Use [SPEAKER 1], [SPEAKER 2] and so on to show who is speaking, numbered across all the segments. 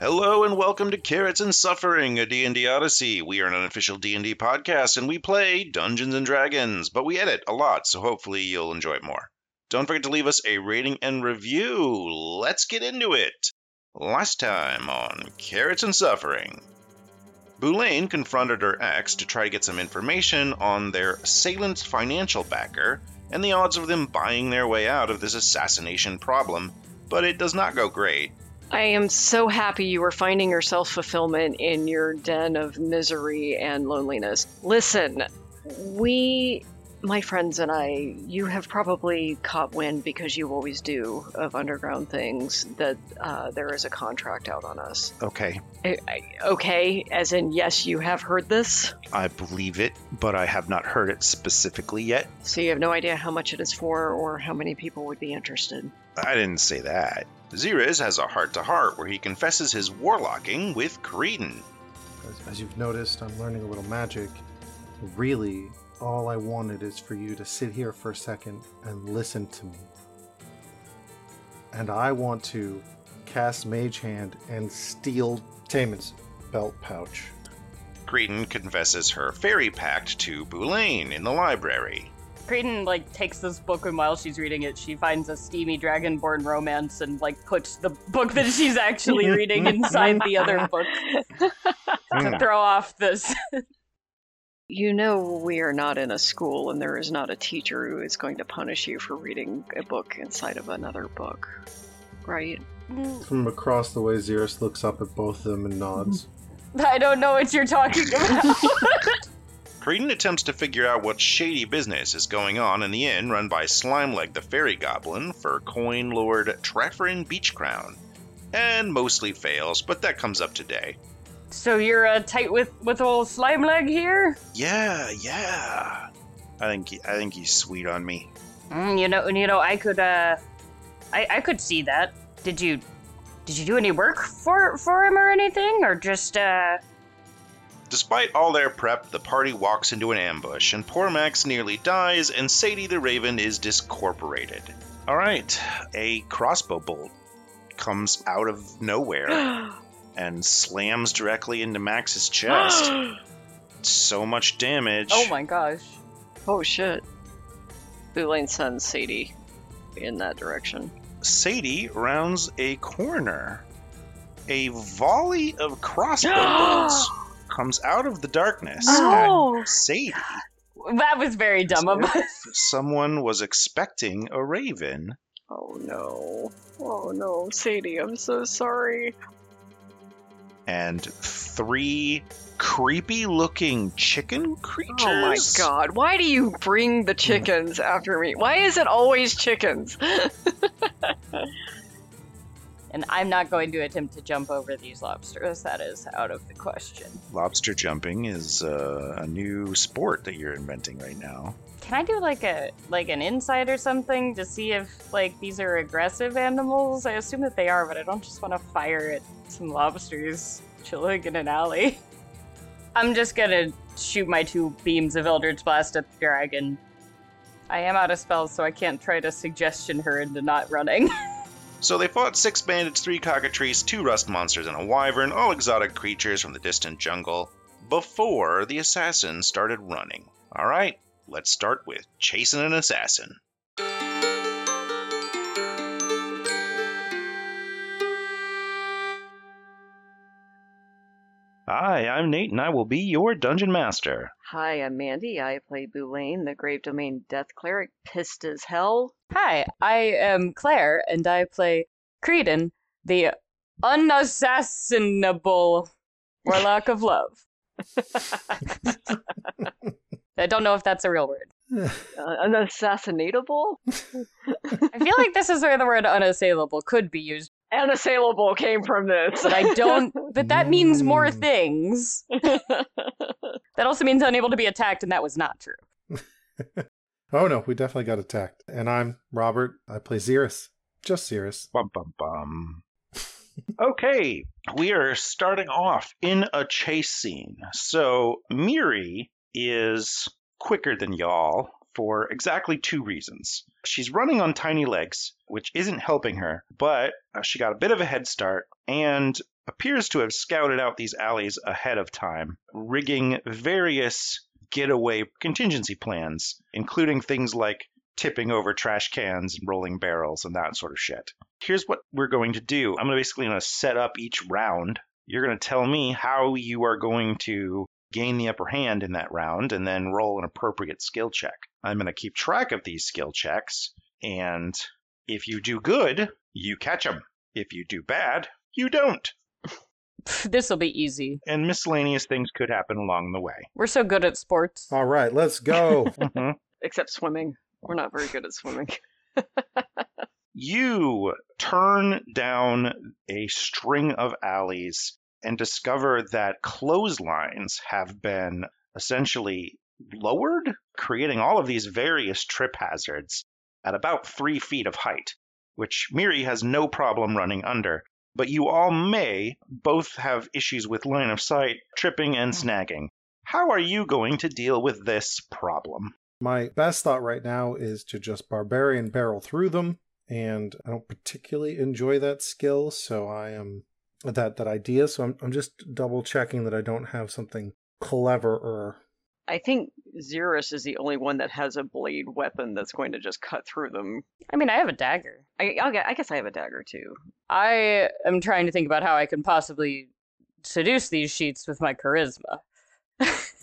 [SPEAKER 1] Hello and welcome to Carrots and Suffering, a D&D Odyssey. We are an unofficial D&D podcast and we play Dungeons and Dragons, but we edit a lot, so hopefully you'll enjoy it more. Don't forget to leave us a rating and review. Let's get into it. Last time on Carrots and Suffering, Boulain confronted her ex to try to get some information on their assailant's financial backer and the odds of them buying their way out of this assassination problem, but it does not go great.
[SPEAKER 2] I am so happy you are finding your self fulfillment in your den of misery and loneliness. Listen, we, my friends and I, you have probably caught wind because you always do of underground things that uh, there is a contract out on us.
[SPEAKER 1] Okay,
[SPEAKER 2] I, I, okay, as in, yes, you have heard this.
[SPEAKER 1] I believe it, but I have not heard it specifically yet.
[SPEAKER 2] So you have no idea how much it is for or how many people would be interested.
[SPEAKER 1] I didn't say that. Ziriz has a heart to heart where he confesses his warlocking with Creedon.
[SPEAKER 3] As, as you've noticed, I'm learning a little magic. Really, all I wanted is for you to sit here for a second and listen to me. And I want to cast Mage Hand and steal Taman's belt pouch.
[SPEAKER 1] Creedon confesses her fairy pact to Boulain in the library.
[SPEAKER 4] Creighton like takes this book and while she's reading it, she finds a steamy dragonborn romance and like puts the book that she's actually reading inside the other book to throw off this.
[SPEAKER 2] You know, we are not in a school and there is not a teacher who is going to punish you for reading a book inside of another book, right?
[SPEAKER 3] From across the way, Xeris looks up at both of them and nods.
[SPEAKER 4] I don't know what you're talking about.
[SPEAKER 1] Creedon attempts to figure out what shady business is going on in the inn run by Slimeleg the Fairy Goblin for Coin Lord Trefferin Beachcrown, and mostly fails, but that comes up today.
[SPEAKER 4] so you're uh, tight with with old slime leg here.
[SPEAKER 1] Yeah, yeah. I think he, I think he's sweet on me.
[SPEAKER 4] Mm, you know, you know, I could uh, I I could see that. Did you did you do any work for for him or anything, or just uh?
[SPEAKER 1] Despite all their prep, the party walks into an ambush, and poor Max nearly dies, and Sadie the Raven is discorporated. All right, a crossbow bolt comes out of nowhere and slams directly into Max's chest. so much damage.
[SPEAKER 4] Oh my gosh.
[SPEAKER 2] Oh shit. Boulain sends Sadie in that direction.
[SPEAKER 1] Sadie rounds a corner. A volley of crossbow bolts
[SPEAKER 2] oh,
[SPEAKER 1] comes out of the darkness. at Sadie.
[SPEAKER 4] That was very Oh. dumb of us.
[SPEAKER 1] Someone was expecting a raven.
[SPEAKER 2] no. Oh no, Sadie, I'm so sorry.
[SPEAKER 1] and three creepy looking chicken creatures.
[SPEAKER 2] Oh my god, why do you bring the chickens after me? Why is it always chickens?
[SPEAKER 4] And I'm not going to attempt to jump over these lobsters. That is out of the question.
[SPEAKER 1] Lobster jumping is uh, a new sport that you're inventing right now.
[SPEAKER 4] Can I do like a like an insight or something to see if like these are aggressive animals? I assume that they are, but I don't just want to fire at some lobsters chilling in an alley. I'm just gonna shoot my two beams of Eldritch Blast at the dragon. I am out of spells, so I can't try to suggestion her into not running.
[SPEAKER 1] So they fought six bandits, three cockatrices, two rust monsters, and a wyvern, all exotic creatures from the distant jungle, before the assassins started running. All right, let's start with chasing an assassin. Hi, I'm Nate, and I will be your dungeon master.
[SPEAKER 2] Hi, I'm Mandy. I play Boulain, the Grave Domain Death Cleric, pissed as hell.
[SPEAKER 4] Hi, I am Claire, and I play Creedon, the unassassinable warlock of love. I don't know if that's a real word.
[SPEAKER 2] Uh, unassassinatable?
[SPEAKER 4] I feel like this is where the word unassailable could be used,
[SPEAKER 2] Unassailable came from this.
[SPEAKER 4] but I don't. But that means more
[SPEAKER 3] Mm.
[SPEAKER 4] things. That also means unable to be attacked, and that was not true.
[SPEAKER 3] Oh no, we definitely got attacked. And I'm Robert. I play Xeris. Just Xeris.
[SPEAKER 1] Bum bum bum. okay, we are starting off in a chase scene. So Miri is quicker than y'all for exactly two reasons. She's running on tiny legs, which isn't helping her, but uh, she got a bit of a head start, and appears to have scouted out these alleys ahead of time, rigging various getaway contingency plans, including things like tipping over trash cans and rolling barrels and that sort of shit. Here's what we're going to do. I'm gonna basically gonna set up each round. You're gonna tell me how you are going to gain the upper hand in that round and then roll an appropriate skill check. I'm gonna keep track of these skill checks, and if you do good, you catch 'em. If you do bad, you don't.
[SPEAKER 4] This will be easy.
[SPEAKER 1] And miscellaneous things could happen along the way.
[SPEAKER 4] We're so good at sports.
[SPEAKER 3] All right, let's go.
[SPEAKER 1] Mhm.
[SPEAKER 2] except swimming. We're not very good at swimming.
[SPEAKER 1] You turn down a string of alleys and discover that clotheslines have been essentially lowered, creating all of these various trip hazards at about three feet of height, which Miri has no problem running under. But you all may both have issues with line of sight, tripping, and snagging. How are you going to deal with this problem?
[SPEAKER 3] My best thought right now is to just barbarian barrel through them, and I don't particularly enjoy that skill, so I am that that idea. So I'm I'm just double checking that I don't have something cleverer.
[SPEAKER 2] I think Xerus is the only one that has a blade weapon that's going to just cut through them.
[SPEAKER 4] I mean, I have a dagger.
[SPEAKER 2] I, I'll get- I guess I have a dagger too.
[SPEAKER 4] I am trying to think about how I can possibly seduce these sheets with my charisma.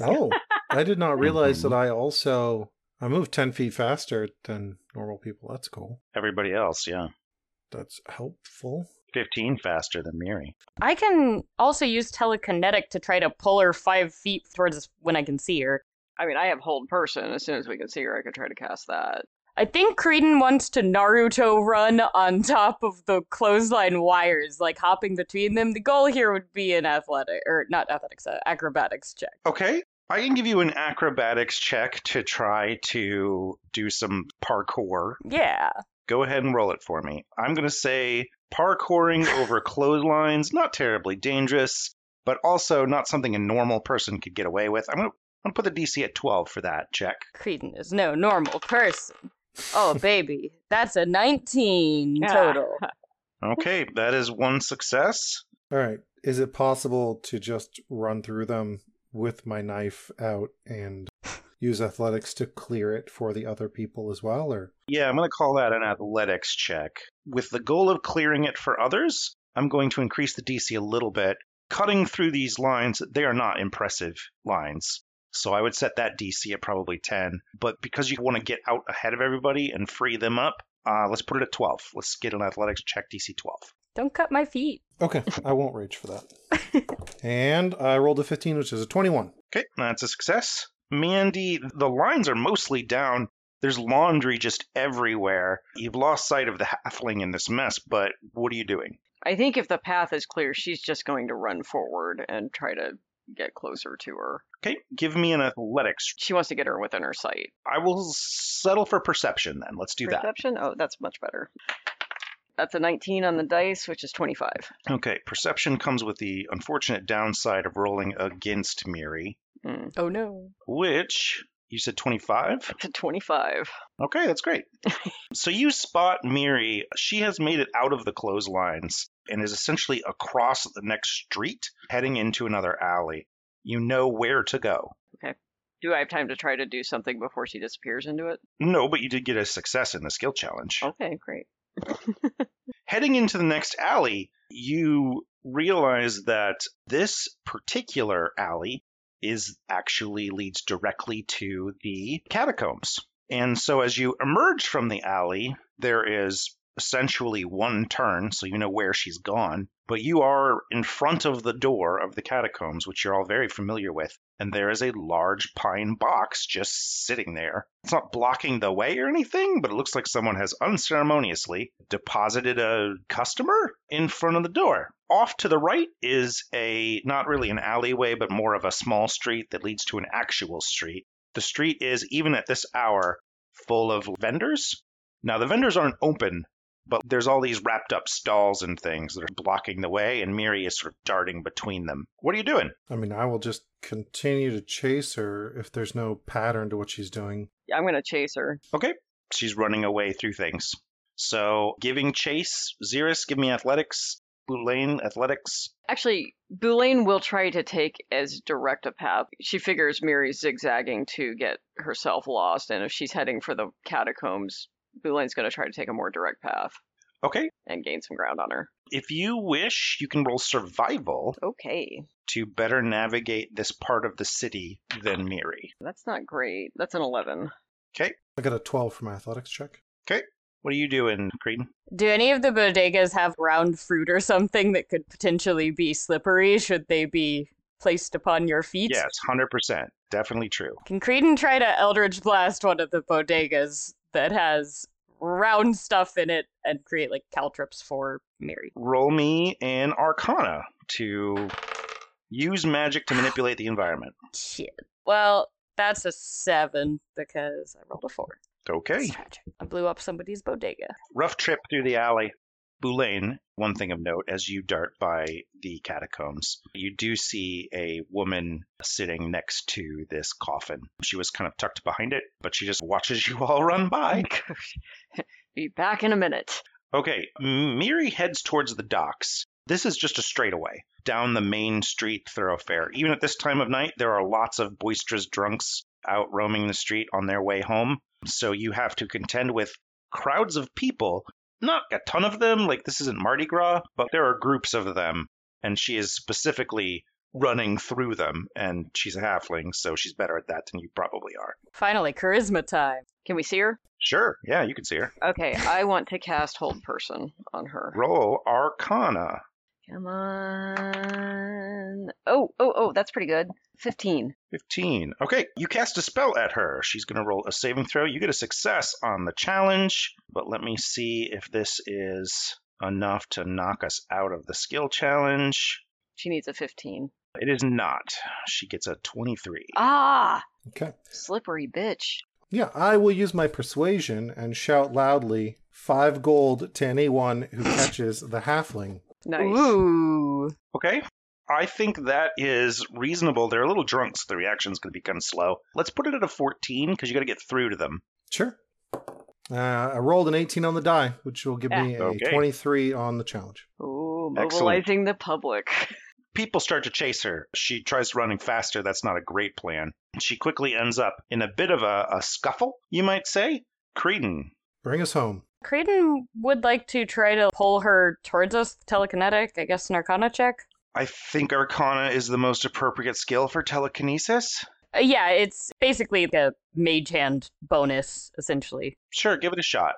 [SPEAKER 3] Oh, I did not realize that I also I move ten feet faster than normal people. That's cool.
[SPEAKER 1] Everybody else, yeah.
[SPEAKER 3] That's helpful.
[SPEAKER 1] 15 faster than Miri.
[SPEAKER 4] I can also use telekinetic to try to pull her five feet towards us when I can see her.
[SPEAKER 2] I mean, I have hold person. As soon as we can see her, I could try to cast that.
[SPEAKER 4] I think Creedon wants to Naruto run on top of the clothesline wires, like hopping between them. The goal here would be an athletic, or not athletics, uh, acrobatics check.
[SPEAKER 1] Okay. I can give you an acrobatics check to try to do some parkour.
[SPEAKER 4] Yeah.
[SPEAKER 1] Go ahead and roll it for me. I'm going to say parkouring over clotheslines, not terribly dangerous, but also not something a normal person could get away with. I'm going to I'm gonna put the DC at 12 for that check.
[SPEAKER 4] Creedon is no normal person. Oh, baby. That's a 19
[SPEAKER 2] Yeah.
[SPEAKER 4] total.
[SPEAKER 1] Okay, that is one success.
[SPEAKER 3] All right. Is it possible to just run through them with my knife out and use athletics to clear it for the other people as well? Or
[SPEAKER 1] Yeah, I'm going to call that an athletics check. With the goal of clearing it for others, I'm going to increase the DC a little bit. Cutting through these lines, they are not impressive lines. So I would set that DC at probably 10. But because you want to get out ahead of everybody and free them up, uh, let's put it at 12. Let's get an athletics check DC 12.
[SPEAKER 4] Don't cut my feet.
[SPEAKER 3] okay, I won't rage for that. and I rolled a 15, which is a 21.
[SPEAKER 1] Okay, that's a success. Mandy, the lines are mostly down. There's laundry just everywhere. You've lost sight of the halfling in this mess, but what are you doing?
[SPEAKER 2] I think if the path is clear, she's just going to run forward and try to get closer to her.
[SPEAKER 1] Okay, give me an athletics.
[SPEAKER 2] She wants to get her within her sight.
[SPEAKER 1] I will settle for perception then. Let's do
[SPEAKER 2] Perception? Oh, that's much better. That's a 19 on the dice, which is 25.
[SPEAKER 1] that. Okay, perception comes with the unfortunate downside of rolling against Miri,
[SPEAKER 2] Hmm.
[SPEAKER 4] Oh, no.
[SPEAKER 1] which you said 25?
[SPEAKER 2] It's a 25.
[SPEAKER 1] Okay, that's great. so you spot Miri. She has made it out of the clotheslines and is essentially across the next street heading into another alley. You know where to go.
[SPEAKER 2] Do I have time to try to do something before she disappears into it?
[SPEAKER 1] No, but you did get a success in the skill challenge.
[SPEAKER 2] Okay, great.
[SPEAKER 1] Heading into the next alley, you realize that this particular alley is actually leads directly to the catacombs. And so as you emerge from the alley, there is essentially one turn, so you know where she's gone, but you are in front of the door of the catacombs, which you're all very familiar with, and there is a large pine box just sitting there. It's not blocking the way or anything, but it looks like someone has unceremoniously deposited a customer in front of the door. Off to the right is a not really an alleyway, but more of a small street that leads to an actual street. The street is, even at this hour, full of vendors. Now, the vendors aren't open, but there's all these wrapped up stalls and things that are blocking the way, and Miri is sort of darting between them. What are you doing?
[SPEAKER 3] I mean, I will just continue to chase her if there's no pattern to what she's doing.
[SPEAKER 2] I'm going to chase her.
[SPEAKER 1] She's running away through things. So, giving chase, Xerus, give me athletics. Boulain Athletics?
[SPEAKER 2] Actually, Boulain will try to take as direct a path. She figures Miri's zigzagging to get herself lost, and if she's heading for the catacombs, Boulain's going to try to take a more direct path
[SPEAKER 1] Okay.
[SPEAKER 2] and gain some ground on her.
[SPEAKER 1] If you wish, you can roll survival
[SPEAKER 2] Okay.
[SPEAKER 1] to better navigate this part of the city than Miri.
[SPEAKER 2] That's not great. That's an 11.
[SPEAKER 3] I got a 12 for my athletics check.
[SPEAKER 1] What are you doing, Creed?
[SPEAKER 4] Do any of the bodegas have round fruit or something that could potentially be slippery should they be placed upon your feet?
[SPEAKER 1] Yes, 100%. Definitely true.
[SPEAKER 4] Can Creedon try to Eldritch Blast one of the bodegas that has round stuff in it and create like caltrops for Mary?
[SPEAKER 1] Roll me an Arcana to use magic to manipulate the environment.
[SPEAKER 4] Shit. Well, that's a seven because I rolled a four.
[SPEAKER 1] Okay.
[SPEAKER 4] It's tragic. I blew up somebody's bodega.
[SPEAKER 1] Rough trip through the alley. Boulain, one thing of note, as you dart by the catacombs, you do see a woman sitting next to this coffin. She was kind of tucked behind it, but she just watches you all run by.
[SPEAKER 2] Be back in a minute.
[SPEAKER 1] Okay, M- Miri heads towards the docks. This is just a straightaway down the main street thoroughfare. Even at this time of night, there are lots of boisterous drunks out roaming the street on their way home. So you have to contend with crowds of people. Not a ton of them, like this isn't Mardi Gras, but there are groups of them. And she is specifically running through them. And she's a halfling, so she's better at that than you probably are.
[SPEAKER 4] Finally, charisma time.
[SPEAKER 2] Can we see her?
[SPEAKER 1] Sure, yeah, you can see her.
[SPEAKER 2] Okay, I want to cast Hold Person on her.
[SPEAKER 1] Roll Arcana.
[SPEAKER 2] Come on. Oh, oh, oh, that's pretty good. 15.
[SPEAKER 1] 15. Okay, you cast a spell at her. She's going to roll a saving throw. You get a success on the challenge, but let me see if this is enough to knock us out of the skill challenge.
[SPEAKER 2] She needs a 15.
[SPEAKER 1] It is not. She gets a 23.
[SPEAKER 2] Ah,
[SPEAKER 3] Okay.
[SPEAKER 2] slippery bitch.
[SPEAKER 3] Yeah, I will use my persuasion and shout loudly five gold to anyone who catches the halfling.
[SPEAKER 2] Nice.
[SPEAKER 4] Ooh.
[SPEAKER 1] Okay. I think that is reasonable. They're a little drunk, so the reaction's going to be kind of slow. Let's put it at a 14 because you got to get through to them.
[SPEAKER 3] Sure. Uh, I rolled an 18 on the die, which will give me a
[SPEAKER 1] Okay.
[SPEAKER 3] 23 on the challenge.
[SPEAKER 2] Ooh,
[SPEAKER 1] Excellent.
[SPEAKER 2] mobilizing the public.
[SPEAKER 1] People start to chase her. She tries running faster. That's not a great plan. She quickly ends up in a bit of a, a scuffle, you might say. Creedon,
[SPEAKER 3] Bring us home.
[SPEAKER 4] Creighton would like to try to pull her towards us, telekinetic, I guess, an arcana check.
[SPEAKER 1] I think Arcana is the most appropriate skill for telekinesis.
[SPEAKER 4] Uh, yeah, it's basically a mage hand bonus, essentially.
[SPEAKER 1] Sure, give it a shot.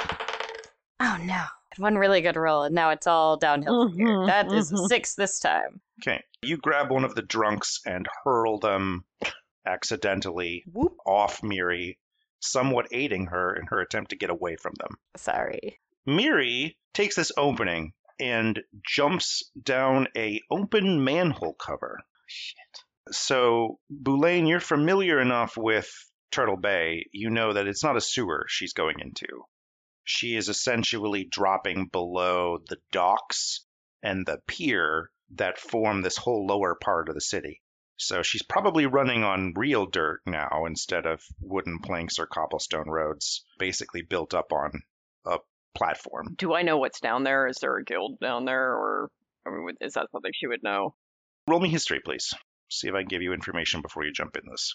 [SPEAKER 4] Oh no. Mm-hmm, Had One really good roll, and now it's all downhill from here.
[SPEAKER 2] Mhm,
[SPEAKER 4] That is a
[SPEAKER 2] mhm.
[SPEAKER 4] six this time.
[SPEAKER 1] Okay. You grab one of the drunks and hurl them accidentally
[SPEAKER 4] Whoop.
[SPEAKER 1] off Miri, somewhat aiding her in her attempt to get away from them.
[SPEAKER 4] Sorry.
[SPEAKER 1] Miri takes this opening and jumps down a open manhole cover.
[SPEAKER 2] Shit.
[SPEAKER 1] So, Boulain, you're familiar enough with Turtle Bay. You know that it's not a sewer she's going into. She is essentially dropping below the docks and the pier that form this whole lower part of the city. So, she's probably running on real dirt now instead of wooden planks or cobblestone roads, basically built up on a platform.
[SPEAKER 2] Do I know what's down there? Is there a guild down there, or I mean, would- is that something she would know?
[SPEAKER 1] Roll me history, please. See if I can give you information before you jump in this.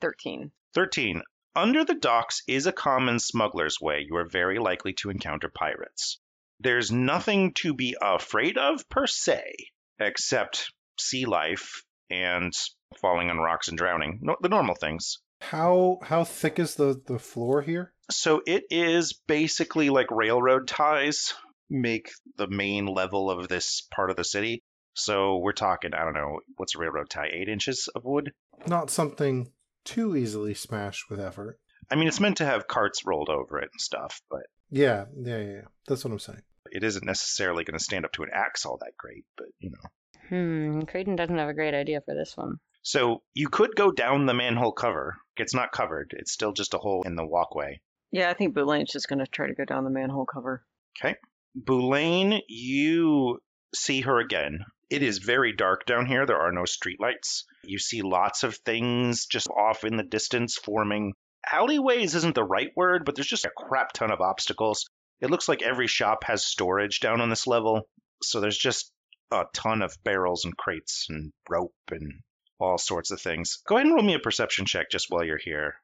[SPEAKER 2] 13.
[SPEAKER 1] 13. Under the docks is a common smuggler's way. You are very likely to encounter pirates. There's nothing to be afraid of per se, except sea life and falling on rocks and drowning, no, the normal things.
[SPEAKER 3] How how thick is the, the floor here?
[SPEAKER 1] So it is basically like railroad ties make the main level of this part of the city. So we're talking, I don't know, what's a railroad tie? Eight inches of wood?
[SPEAKER 3] Not something too easily smashed with effort.
[SPEAKER 1] I mean, it's meant to have carts rolled over it and stuff, but.
[SPEAKER 3] Yeah, yeah, yeah. yeah. That's what I'm saying.
[SPEAKER 1] it isn't necessarily going to stand up to an axe all that great, but you know.
[SPEAKER 4] Hmm, Creighton doesn't have a great idea for this one.
[SPEAKER 1] So you could go down the manhole cover. It's not covered. It's still just a hole in the walkway.
[SPEAKER 2] Yeah, I think Boulain's just going to try to go down the manhole cover.
[SPEAKER 1] Boulain, you see her again. It is very dark down here. There are no streetlights. You see lots of things just off in the distance forming. Alleyways isn't the right word, but there's just a crap ton of obstacles. It looks like every shop has storage down on this level. So there's just a ton of barrels and crates and rope and all sorts of things. Go ahead and roll me a perception check just while you're here.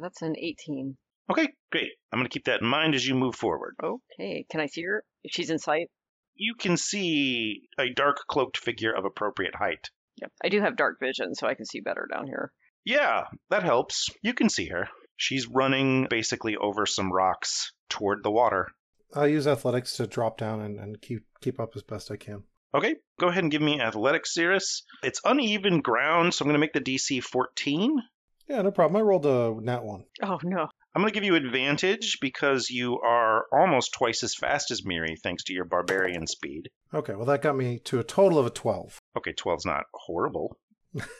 [SPEAKER 2] That's an 18.
[SPEAKER 1] Okay, great. I'm going to keep that in mind as you move forward.
[SPEAKER 2] Okay. Can I see her? If she's in sight?
[SPEAKER 1] You can see a dark cloaked figure of appropriate height.
[SPEAKER 2] Yep. I do have dark vision, so I can see better down here.
[SPEAKER 1] Yeah, that helps. You can see her. She's running basically over some rocks toward the water.
[SPEAKER 3] I'll use athletics to drop down and, and keep keep up as best I can.
[SPEAKER 1] Okay, go ahead and give me athletics, Cirrus. It's uneven ground, so I'm going to make the DC 14.
[SPEAKER 3] Yeah, no problem. I rolled a nat one.
[SPEAKER 2] Oh, no.
[SPEAKER 1] I'm going to give you advantage because you are almost twice as fast as Miri thanks to your barbarian speed.
[SPEAKER 3] Okay, well that got me to a total of a twelve,
[SPEAKER 1] Okay, 12's not horrible.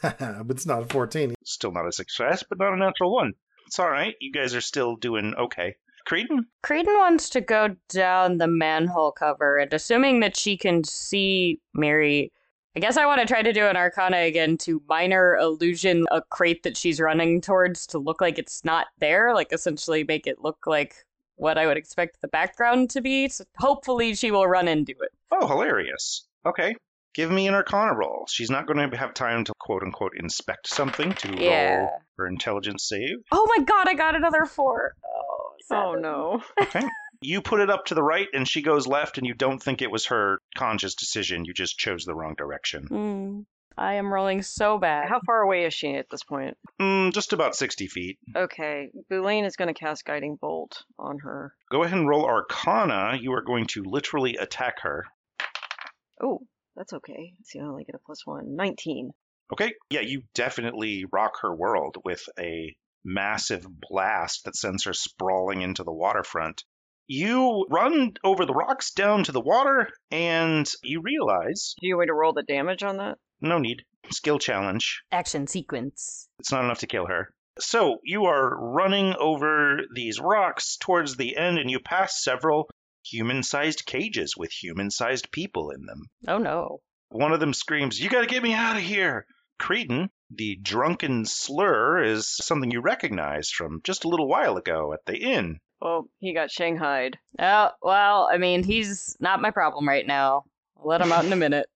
[SPEAKER 3] but it's not a fourteen.
[SPEAKER 1] Still not a success, but not a natural one. It's all right. You guys are still doing okay. Creedon?
[SPEAKER 4] Creighton wants to go down the manhole cover, and assuming that she can see Mary, I guess I want to try to do an arcana again to minor illusion a crate that she's running towards to look like it's not there, like essentially make it look like what I would expect the background to be. So hopefully, she will run into it.
[SPEAKER 1] Oh, hilarious. Okay. Give me an Arcana roll. She's not going to have time to quote unquote inspect something to
[SPEAKER 4] Yeah.
[SPEAKER 1] roll her intelligence save.
[SPEAKER 4] Oh my god, I got another four. Oh,
[SPEAKER 2] Oh,
[SPEAKER 4] seven.
[SPEAKER 2] no.
[SPEAKER 1] You put it up to the right and she goes left, and you don't think it was her conscious decision. You just chose the wrong direction.
[SPEAKER 4] Mm, I am rolling so bad.
[SPEAKER 2] How far away is she at this point?
[SPEAKER 1] Mm, just about 60 feet.
[SPEAKER 2] Okay. Boulain is going to cast Guiding Bolt on her.
[SPEAKER 1] Go ahead and roll Arcana. You are going to literally attack her.
[SPEAKER 2] Oh, that's okay. Let's see, I only get a plus one. 19.
[SPEAKER 1] Okay. Yeah, you definitely rock her world with a massive blast that sends her sprawling into the waterfront. You run over the rocks down to the water, and you realize
[SPEAKER 2] Do you want me to roll the damage on that?
[SPEAKER 1] no need. Skill challenge.
[SPEAKER 4] Action sequence.
[SPEAKER 1] It's not enough to kill her. So you are running over these rocks towards the end, and you pass several human sized cages with human sized people in them.
[SPEAKER 4] Oh no.
[SPEAKER 1] One of them screams, You gotta get me out of here! Creedon, the drunken slur is something you recognize from just a little while ago at the inn.
[SPEAKER 2] Well, he got shanghaied.
[SPEAKER 4] Oh, well, I mean, he's not my problem right now. I'll let him out in a minute.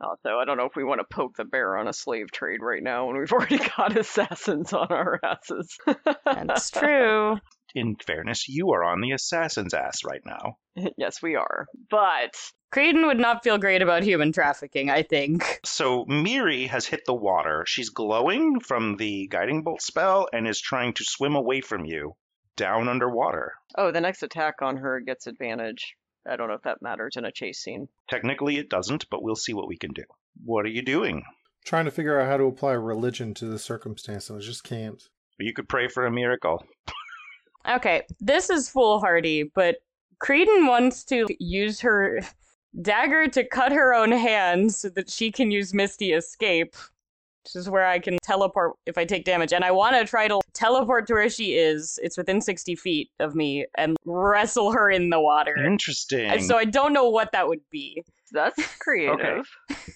[SPEAKER 2] Also, I don't know if we want to poke the bear on a slave trade right now when we've already got assassins on our asses.
[SPEAKER 4] That's true.
[SPEAKER 1] In fairness, you are on the assassin's ass right now.
[SPEAKER 2] yes, we are. But
[SPEAKER 4] Creighton would not feel great about human trafficking, I think.
[SPEAKER 1] So Miri has hit the water. She's glowing from the guiding bolt spell and is trying to swim away from you down underwater.
[SPEAKER 2] oh, the next attack on her gets advantage. I don't know if that matters in a chase scene.
[SPEAKER 1] Technically, it doesn't, but we'll see what we can do. What are you doing?
[SPEAKER 3] Trying to figure out how to apply religion to the circumstance, and I just can't.
[SPEAKER 1] You could pray for a miracle.
[SPEAKER 4] Okay, this is foolhardy, but Creighton wants to use her dagger to cut her own hand so that she can use Misty Escape, which is where I can teleport if I take damage. And I want to try to teleport to where she is. It's within 60 feet of me and wrestle her in the water.
[SPEAKER 1] Interesting.
[SPEAKER 4] So I don't know what that would be.
[SPEAKER 2] That's creative.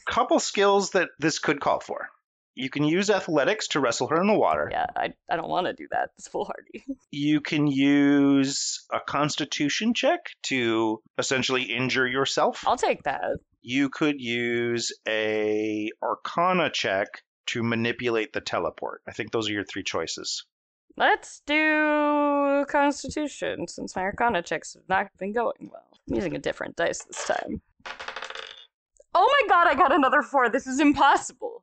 [SPEAKER 1] couple skills that this could call for. You can use athletics to wrestle her in the water.
[SPEAKER 4] Yeah, I, I don't want to do that. It's foolhardy.
[SPEAKER 1] You can use a constitution check to essentially injure yourself.
[SPEAKER 4] I'll take that.
[SPEAKER 1] You could use a arcana check to manipulate the teleport. I think those are your three choices.
[SPEAKER 4] Let's do Constitution since my Arcana checks have not been going well. I'm using a different dice this time. Oh my god, I got another four. This is impossible.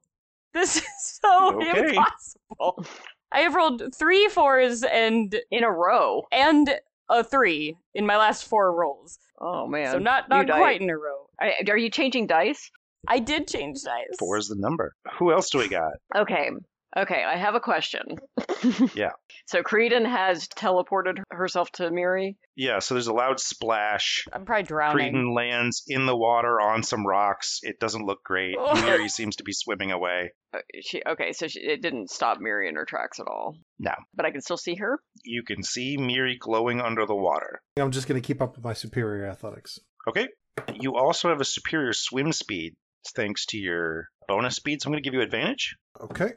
[SPEAKER 4] This is so
[SPEAKER 1] Okay.
[SPEAKER 4] impossible. I have rolled three fours and
[SPEAKER 2] In a row.
[SPEAKER 4] and a three in my last four rolls.
[SPEAKER 2] Oh, man.
[SPEAKER 4] so not
[SPEAKER 2] new
[SPEAKER 4] not
[SPEAKER 2] dice.
[SPEAKER 4] quite in a row.
[SPEAKER 2] I- are you changing dice?
[SPEAKER 4] I did change dice.
[SPEAKER 1] Four is the number. Who else do we got?
[SPEAKER 2] Okay. Okay, I have a question.
[SPEAKER 1] Yeah.
[SPEAKER 2] So Creedon has teleported herself to Miri.
[SPEAKER 1] Yeah, so there's a loud splash.
[SPEAKER 4] I'm probably drowning.
[SPEAKER 1] Cretan lands in the water on some rocks. It doesn't look great. Miri seems to be swimming away.
[SPEAKER 2] Uh, She okay, so she, it didn't stop Miri in her tracks at all.
[SPEAKER 1] No.
[SPEAKER 2] But I can still see her.
[SPEAKER 1] You can see Miri glowing under the water.
[SPEAKER 3] I'm just going to keep up with my superior athletics.
[SPEAKER 1] Okay. You also have a superior swim speed thanks to your bonus speed, so I'm going to give you advantage.
[SPEAKER 3] Okay,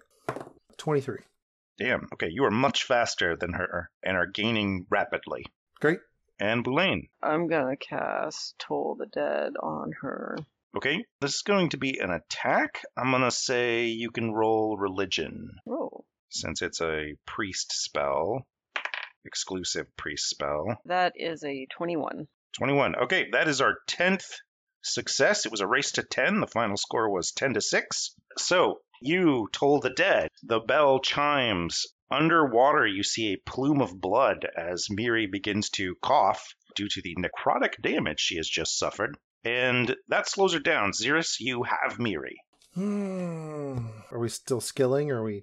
[SPEAKER 3] twenty-three.
[SPEAKER 1] Damn. Okay, you are much faster than her and are gaining rapidly.
[SPEAKER 3] Great.
[SPEAKER 1] and Boulain.
[SPEAKER 2] I'm gonna cast Toll the Dead on her.
[SPEAKER 1] Okay, this is going to be an attack. I'm going to say you can roll religion
[SPEAKER 2] Oh,
[SPEAKER 1] since it's a priest spell, exclusive priest spell.
[SPEAKER 2] that is a 21.
[SPEAKER 1] 21. Okay, that is our 10th success. It was a race to 10. The final score was 10 to 6. So, you toll the dead. The bell chimes. Underwater, you see a plume of blood as Miri begins to cough due to the necrotic damage she has just suffered. And that slows her down. Xeris, you have Miri.
[SPEAKER 3] Hmm. Are we still skilling? Or are we?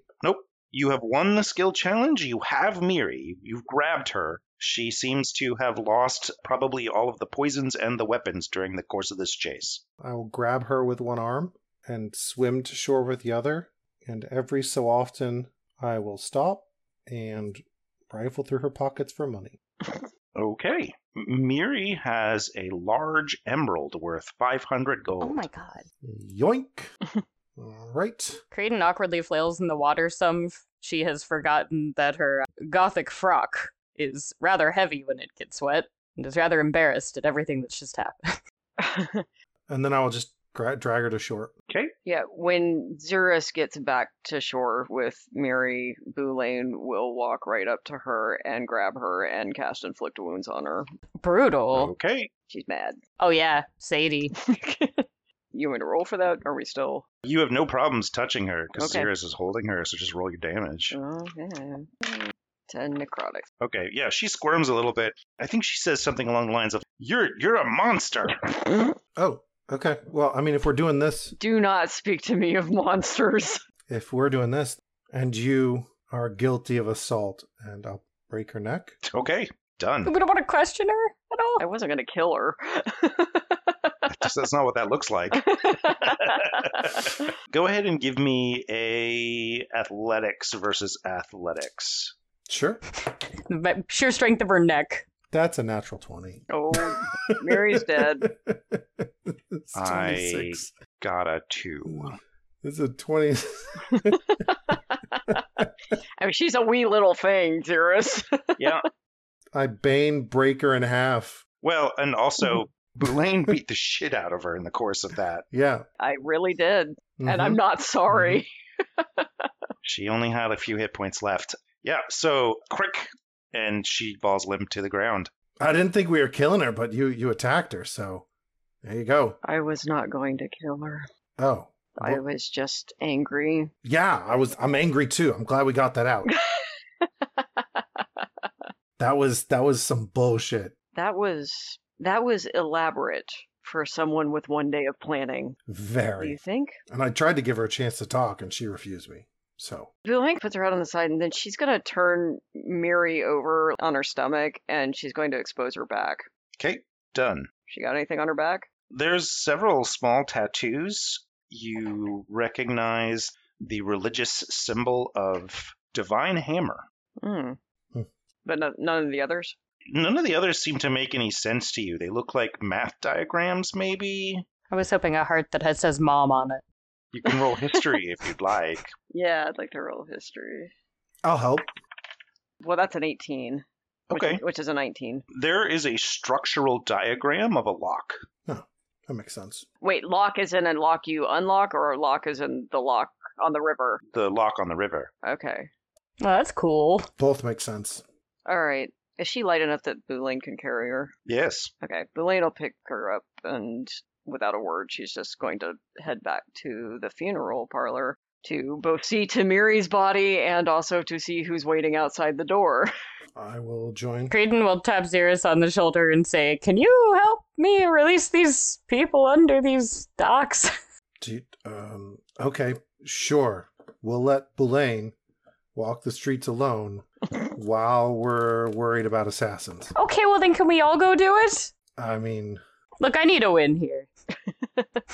[SPEAKER 1] You have won the skill challenge. You have Miri. You've grabbed her. She seems to have lost probably all of the poisons and the weapons during the course of this chase.
[SPEAKER 3] I will grab her with one arm and swim to shore with the other. And every so often, I will stop and rifle through her pockets for money.
[SPEAKER 1] Okay. M- Miri has a large emerald worth 500 gold.
[SPEAKER 4] Oh my god.
[SPEAKER 3] Yoink! All right.
[SPEAKER 4] Creighton awkwardly flails in the water some. f- She has forgotten that her uh, gothic frock is rather heavy when it gets wet and is rather embarrassed at everything that's just happened.
[SPEAKER 3] And then I will just gra- drag her to shore.
[SPEAKER 2] yeah, when Xerus gets back to shore with Mary, Boulain will walk right up to her and grab her and cast Inflict Wounds on her.
[SPEAKER 4] Brutal.
[SPEAKER 1] Okay.
[SPEAKER 2] She's mad.
[SPEAKER 4] Oh yeah, Sadie.
[SPEAKER 2] you want to roll for that? Are we still?
[SPEAKER 1] You have no problems touching her because
[SPEAKER 2] Okay.
[SPEAKER 1] Xeris is holding her, so just roll your damage.
[SPEAKER 4] Mm.
[SPEAKER 2] Okay. Ten necrotic.
[SPEAKER 1] Okay, yeah, she squirms a little bit. I think she says something along the lines of, You're you're a monster.
[SPEAKER 3] Oh, okay. Well, I mean, if we're doing this,
[SPEAKER 2] Do not speak to me of monsters.
[SPEAKER 3] if we're doing this, and you are guilty of assault, and I'll break her neck.
[SPEAKER 1] okay,
[SPEAKER 4] we
[SPEAKER 1] done.
[SPEAKER 4] don't want to question her at all.
[SPEAKER 2] I wasn't gonna kill her.
[SPEAKER 1] Just- That's not what that looks like. Go ahead and give me a athletics versus athletics.
[SPEAKER 3] Sure.
[SPEAKER 4] But sheer strength of her neck.
[SPEAKER 3] That's a natural 20.
[SPEAKER 2] oh, Mary's dead.
[SPEAKER 3] it's
[SPEAKER 1] I-
[SPEAKER 3] 26.
[SPEAKER 1] Got a two.
[SPEAKER 3] It's a 20.
[SPEAKER 2] I mean, she's a wee little thing, Xerus.
[SPEAKER 3] I bane break her in half.
[SPEAKER 1] Well, and also, Boulain beat the shit out of her in the course of that.
[SPEAKER 3] Yeah.
[SPEAKER 2] I really did, and I'm not sorry.
[SPEAKER 1] She only had a few hit points left. Yeah, so quick, and she falls limp to the ground.
[SPEAKER 3] mm-hmm. I didn't think we were killing her, but you you attacked her, so there you go.
[SPEAKER 2] I was not going to kill her.
[SPEAKER 3] Oh.
[SPEAKER 2] I
[SPEAKER 3] Well,
[SPEAKER 2] was just angry.
[SPEAKER 3] yeah, I was I'm angry too. I'm glad we got that out. that was that was some bullshit.
[SPEAKER 2] That was that was elaborate for someone with one day of planning. Do you
[SPEAKER 3] Very.
[SPEAKER 2] think?
[SPEAKER 3] And I tried to give her a chance to talk and she refused me. So
[SPEAKER 2] Blank puts her out on the side, and then she's going to turn Miri over on her stomach, and she's going to expose her back.
[SPEAKER 1] Okay, done.
[SPEAKER 2] She got anything on her back?
[SPEAKER 1] There's several small tattoos. You recognize the religious symbol of divine hammer.
[SPEAKER 2] Hmm.
[SPEAKER 3] Hmm.
[SPEAKER 2] But no, none of the others.
[SPEAKER 1] None of the others seem to make any sense to you. They look like math diagrams, maybe.
[SPEAKER 4] I was hoping a heart that had says mom on it.
[SPEAKER 1] You can roll history if you'd like.
[SPEAKER 2] Yeah, I'd like to roll history.
[SPEAKER 3] I'll help.
[SPEAKER 2] Well, that's an 18. which-
[SPEAKER 1] Okay.
[SPEAKER 2] Which is a 19.
[SPEAKER 1] There is a structural diagram of a lock.
[SPEAKER 3] That makes sense.
[SPEAKER 2] Wait, lock is in and lock you unlock, or lock is in the lock on the river?
[SPEAKER 1] The lock on the river.
[SPEAKER 2] Okay.
[SPEAKER 4] Oh, that's cool.
[SPEAKER 3] Both make sense.
[SPEAKER 2] All right. Is she light enough that Boulain can carry her?
[SPEAKER 1] Yes.
[SPEAKER 2] Okay, Belaine will pick her up, and without a word, she's just going to head back to the funeral parlor to both see Tamiri's body and also to see who's waiting outside the door.
[SPEAKER 3] I will join.
[SPEAKER 4] Creighton will tap Xeris on the shoulder and say, Can you help me release these people under these docks?
[SPEAKER 3] Do you, um, okay, sure. We'll let Boulain walk the streets alone while we're worried about assassins.
[SPEAKER 4] Okay, well then can we all go do it?
[SPEAKER 3] I mean,
[SPEAKER 4] Look, I need a win here.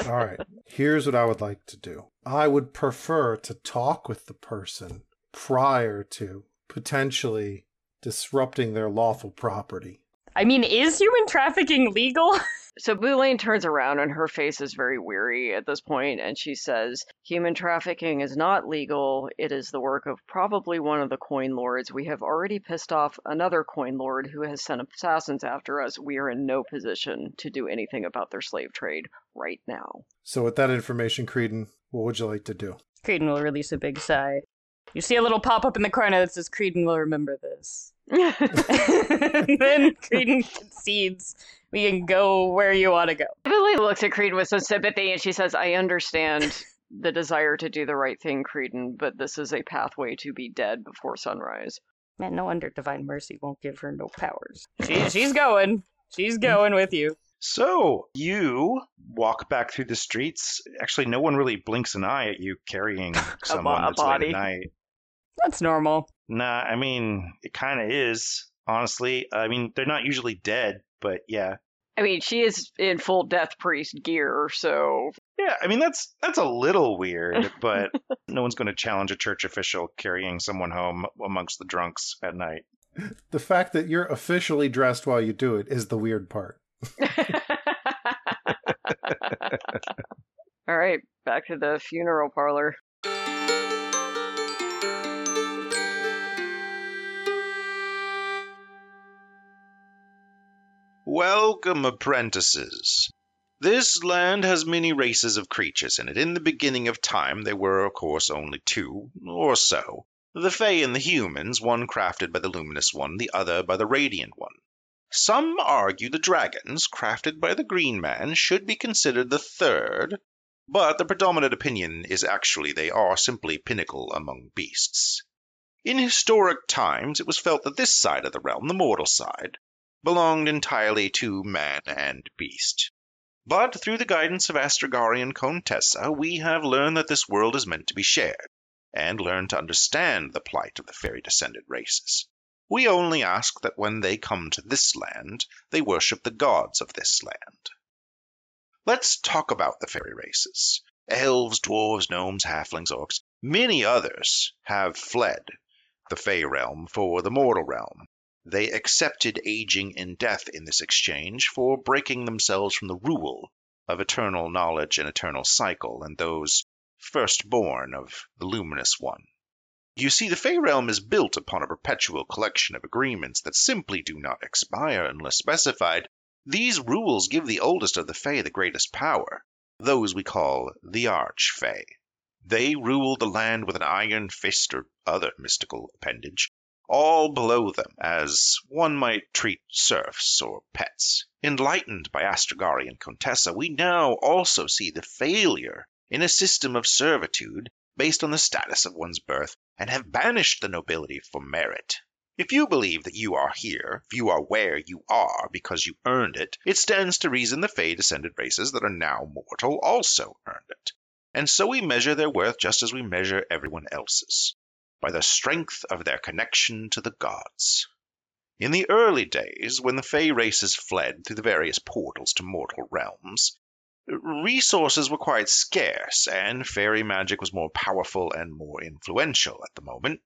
[SPEAKER 3] all right. Here's what I would like to do I would prefer to talk with the person prior to potentially disrupting their lawful property.
[SPEAKER 4] I mean, is human trafficking legal?
[SPEAKER 2] So Boulain turns around and her face is very weary at this point, and she says, Human trafficking is not legal. It is the work of probably one of the coin lords. We have already pissed off another coin lord who has sent assassins after us. We are in no position to do anything about their slave trade right now.
[SPEAKER 3] So, with that information, Creedon, what would you like to do?
[SPEAKER 4] Creedon will release a big sigh. You see a little pop up in the corner that says, Creedon will remember this. and then Creedon concedes we can go where you want to go.
[SPEAKER 2] Billy looks at Creed with some sympathy and she says, I understand the desire to do the right thing, Creedon, but this is a pathway to be dead before sunrise.
[SPEAKER 4] Man, no wonder Divine Mercy won't give her no powers. She, she's going. She's going with you.
[SPEAKER 1] So you walk back through the streets. Actually, no one really blinks an eye at you carrying someone
[SPEAKER 2] bo- a
[SPEAKER 1] that's late
[SPEAKER 2] body.
[SPEAKER 1] at night.
[SPEAKER 4] That's normal.
[SPEAKER 1] Nah, I mean it kind of is. Honestly, I mean they're not usually dead, but yeah,
[SPEAKER 2] I mean, she is in full Death Priest gear, so
[SPEAKER 1] yeah. I mean that's that's a little weird, but no one's going to challenge a church official carrying someone home amongst the drunks at night.
[SPEAKER 3] The fact that you're officially dressed while you do it is the weird part.
[SPEAKER 2] All right, back to the funeral parlor.
[SPEAKER 1] Welcome, apprentices. This land has many races of creatures in it. In the beginning of time, there were, of course, only two, or so the Fey and the humans, one crafted by the luminous one, the other by the radiant one. Some argue the dragons, crafted by the green man, should be considered the third, but the predominant opinion is actually they are simply pinnacle among beasts. In historic times, it was felt that this side of the realm, the mortal side, belonged entirely to man and beast. But through the guidance of Astragarian Contessa, we have learned that this world is meant to be shared, and learned to understand the plight of the fairy descended races. We only ask that when they come to this land, they worship the gods of this land. Let's talk about the fairy races. Elves, dwarves, gnomes, halflings, orcs, many others have fled the Fey realm for the mortal realm. They accepted aging and death in this exchange for breaking themselves from the rule of eternal knowledge and eternal cycle, and those firstborn of the luminous one. You see, the Fey realm is built upon a perpetual collection of agreements that simply do not expire unless specified. These rules give the oldest of the Fey the greatest power, those we call the Archfey. They rule the land with an iron fist or other mystical appendage all below them, as one might treat serfs or pets. Enlightened by Astragari and Contessa, we now also see the failure in a system of servitude based on the status of one's birth, and have banished the nobility for merit. If you believe that you are here, if you are where you are because you earned it, it stands to reason the Fey descended races that are now mortal also earned it. And so we measure their worth just as we measure everyone else's by the strength of their connection to the gods. In the early days, when the Fey races fled through the various portals to mortal realms, resources were quite scarce, and fairy magic was more powerful and more influential at the moment.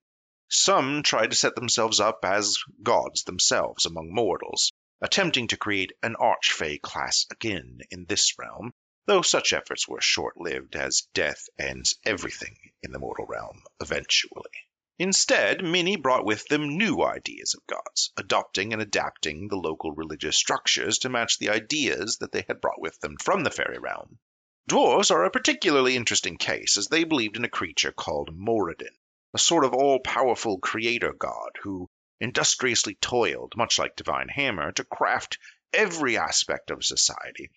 [SPEAKER 1] Some tried to set themselves up as gods themselves among mortals, attempting to create an Archfey class again in this realm, though such efforts were short lived, as death ends everything in the mortal realm eventually. Instead, many brought with them new ideas of gods, adopting and adapting the local religious structures to match the ideas that they had brought with them from the fairy realm. Dwarves are a particularly interesting case, as they believed in a creature called Moradin, a sort of all powerful creator god who industriously toiled, much like Divine Hammer, to craft every aspect of society,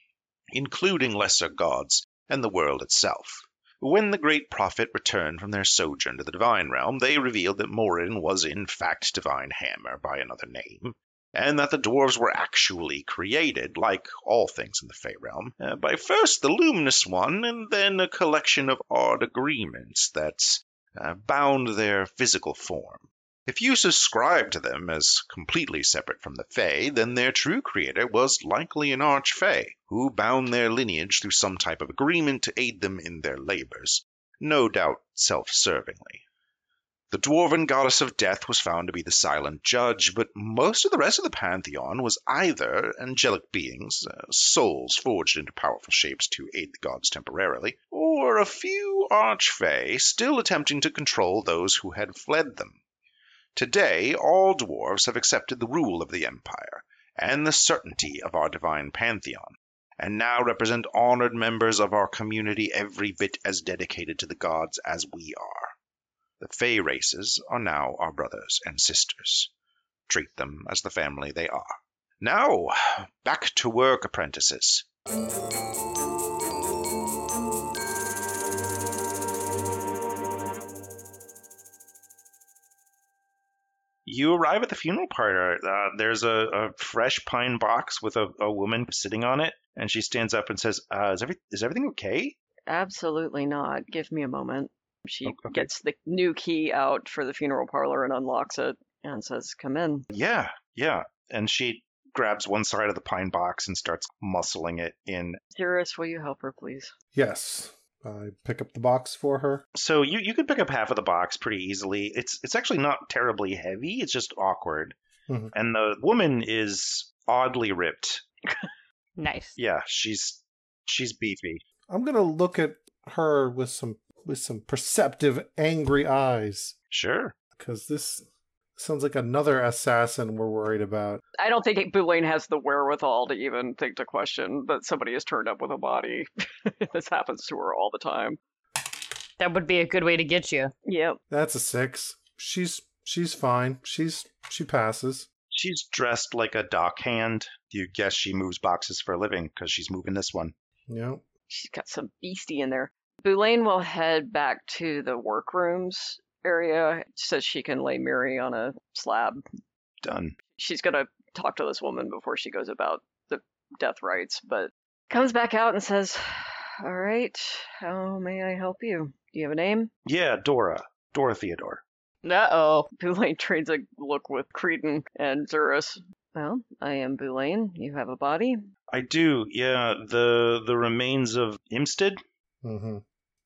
[SPEAKER 1] including lesser gods and the world itself. When the great prophet returned from their sojourn to the divine realm, they revealed that Morin was in fact Divine Hammer by another name, and that the dwarves were actually created, like all things in the Fey realm, uh, by first the Luminous One, and then a collection of odd agreements that uh, bound their physical form. If you subscribe to them as completely separate from the Fae, then their true creator was likely an Archfey, who bound their lineage through some type of agreement to aid them in their labors, no doubt self servingly. The dwarven goddess of death was found to be the silent judge, but most of the rest of the pantheon was either angelic beings, uh, souls forged into powerful shapes to aid the gods temporarily, or a few archfey still attempting to control those who had fled them. Today, all dwarves have accepted the rule of the empire and the certainty of our divine pantheon, and now represent honored members of our community every bit as dedicated to the gods as we are. The Fey races are now our brothers and sisters. Treat them as the family they are. Now, back to work, apprentices. You arrive at the funeral parlor. Uh, there's a, a fresh pine box with a, a woman sitting on it, and she stands up and says, uh, is, every, is everything okay?
[SPEAKER 2] Absolutely not. Give me a moment. She
[SPEAKER 1] Oh, okay.
[SPEAKER 2] gets the new key out for the funeral parlor and unlocks it and says, Come in.
[SPEAKER 1] Yeah, yeah. And she grabs one side of the pine box and starts muscling it in.
[SPEAKER 2] Cirrus, will you help her, please?
[SPEAKER 3] Yes. I pick up the box for her.
[SPEAKER 1] So you you can pick up half of the box pretty easily. It's it's actually not terribly heavy. It's just awkward.
[SPEAKER 3] Mhm.
[SPEAKER 1] And the woman is oddly ripped.
[SPEAKER 4] Nice.
[SPEAKER 1] Yeah, she's she's beefy.
[SPEAKER 3] I'm gonna look at her with some with some perceptive angry eyes.
[SPEAKER 1] Sure.
[SPEAKER 3] Cause this sounds like another assassin we're worried about.
[SPEAKER 2] I don't think Boulain has the wherewithal to even think to question that somebody has turned up with a body. this happens to her all the time.
[SPEAKER 4] That would be a good way to get you.
[SPEAKER 2] Yep.
[SPEAKER 3] That's a six. She's she's fine. She's she passes.
[SPEAKER 1] She's dressed like a dock hand. You guess she moves boxes for a living because she's moving this one.
[SPEAKER 3] Yep.
[SPEAKER 2] She's got some beastie in there. Boulain will head back to the workrooms area so she can lay Miri on a slab.
[SPEAKER 1] Done.
[SPEAKER 2] She's going to talk to this woman before she goes about the death rites, but comes back out and says, All right, how may I help you? Do you have a name?
[SPEAKER 1] Yeah, Dora. Dora Theodore.
[SPEAKER 4] Uh oh.
[SPEAKER 2] Boulain trades a look with Creedon and Zurus. Well, I am Boulain. You have a body.
[SPEAKER 1] I do. Yeah, the the remains of Imstead,
[SPEAKER 3] Mm-hmm.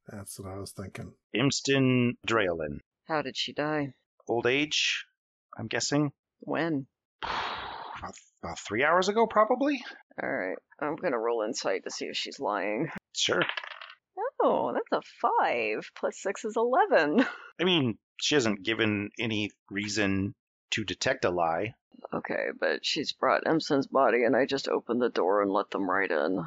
[SPEAKER 3] That's what I was thinking.
[SPEAKER 1] Imston Draelin.
[SPEAKER 2] How did she die?
[SPEAKER 1] Old age, I'm guessing.
[SPEAKER 2] When?
[SPEAKER 1] About, about three hours ago, probably.
[SPEAKER 2] All right, I'm going to roll insight to see if she's lying.
[SPEAKER 1] Sure.
[SPEAKER 2] Oh, that's a five. Plus six is 11.
[SPEAKER 1] I mean, she hasn't given any reason to detect a lie.
[SPEAKER 2] Okay, but she's brought Emson's body, and I just opened the door and let them right in.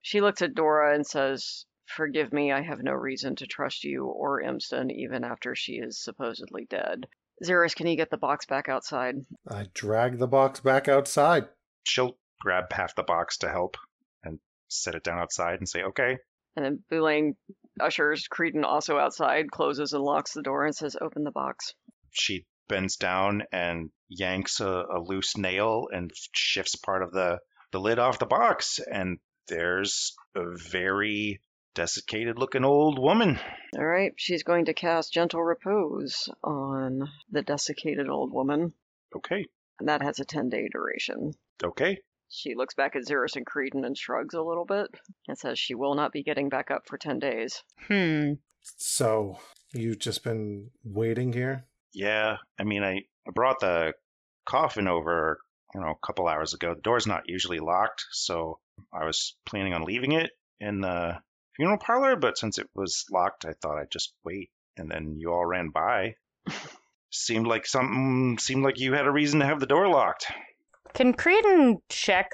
[SPEAKER 2] She looks at Dora and says, Forgive me, I have no reason to trust you or Emson even after she is supposedly dead. Zerus, can you get the box back outside?
[SPEAKER 3] I drag the box back outside.
[SPEAKER 1] She'll grab half the box to help and set it down outside and say, okay.
[SPEAKER 2] And then Boulain ushers Creedon also outside, closes and locks the door, and says, Open the box.
[SPEAKER 1] She bends down and yanks a, a loose nail and shifts part of the, the lid off the box. And there's a very desiccated looking old woman.
[SPEAKER 2] All right, she's going to cast Gentle Repose on the desiccated old woman,
[SPEAKER 1] Okay.
[SPEAKER 2] and that has a 10 day duration.
[SPEAKER 1] Okay.
[SPEAKER 2] She looks back at Zerus and Creedon and shrugs a little bit and says she will not be getting back up for 10 days.
[SPEAKER 4] Hmm.
[SPEAKER 3] So you've just been waiting here?
[SPEAKER 1] Yeah, I mean, I, I brought the coffin over, you know, a couple hours ago. The door's not usually locked, so I was planning on leaving it in the funeral parlor, but since it was locked, I thought I'd just wait. And then you all ran by. seemed like something, seemed like you had a reason to have the door locked.
[SPEAKER 4] Can Creedon check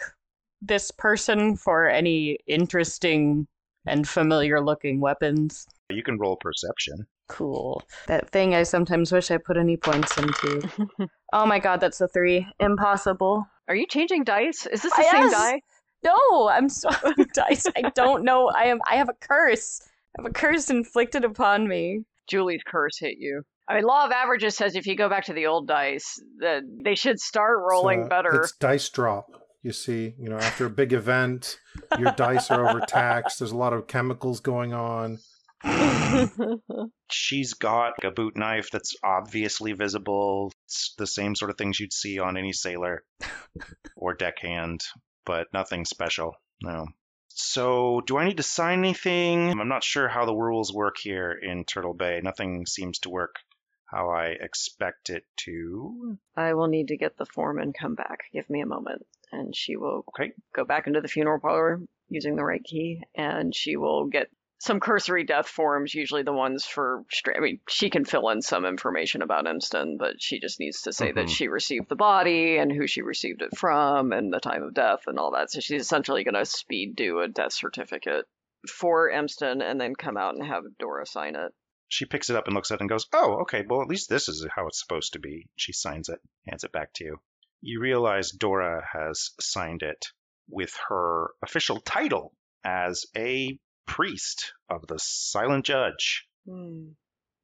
[SPEAKER 4] this person for any interesting and familiar looking weapons?
[SPEAKER 1] You can roll perception.
[SPEAKER 4] Cool. That thing I sometimes wish I put any points into. oh my god, that's a three. Impossible.
[SPEAKER 2] Are you changing dice? Is this the
[SPEAKER 4] I
[SPEAKER 2] same
[SPEAKER 4] asked-
[SPEAKER 2] die?
[SPEAKER 4] No, I'm sorry, dice. I don't know. I am. I have a curse. I have a curse inflicted upon me.
[SPEAKER 2] Julie's curse hit you. I mean, law of averages says if you go back to the old dice, that they should start rolling
[SPEAKER 3] So
[SPEAKER 2] better.
[SPEAKER 3] It's dice drop. You see, you know, after a big event, your dice are overtaxed. There's a lot of chemicals going on.
[SPEAKER 1] She's got a boot knife that's obviously visible. It's the same sort of things you'd see on any sailor or deckhand, but nothing special. No. So, do I need to sign anything? I'm not sure how the rules work here in Turtle Bay. Nothing seems to work how I expect it to.
[SPEAKER 2] I will need to get the form and come back. Give me a moment. And she will
[SPEAKER 1] Okay.
[SPEAKER 2] go back into the funeral parlor using the right key, and she will get some cursory death forms, usually the ones for. stra- I mean, she can fill in some information about Emston, but she just needs to say
[SPEAKER 1] Mhm.
[SPEAKER 2] that she received the body and who she received it from and the time of death and all that. So she's essentially going to speed do a death certificate for Emston and then come out and have Dora sign it.
[SPEAKER 1] She picks it up and looks at it and goes, Oh, okay, well, at least this is how it's supposed to be. She signs it, hands it back to you. You realize Dora has signed it with her official title as a priest of the Silent Judge.
[SPEAKER 2] Hmm.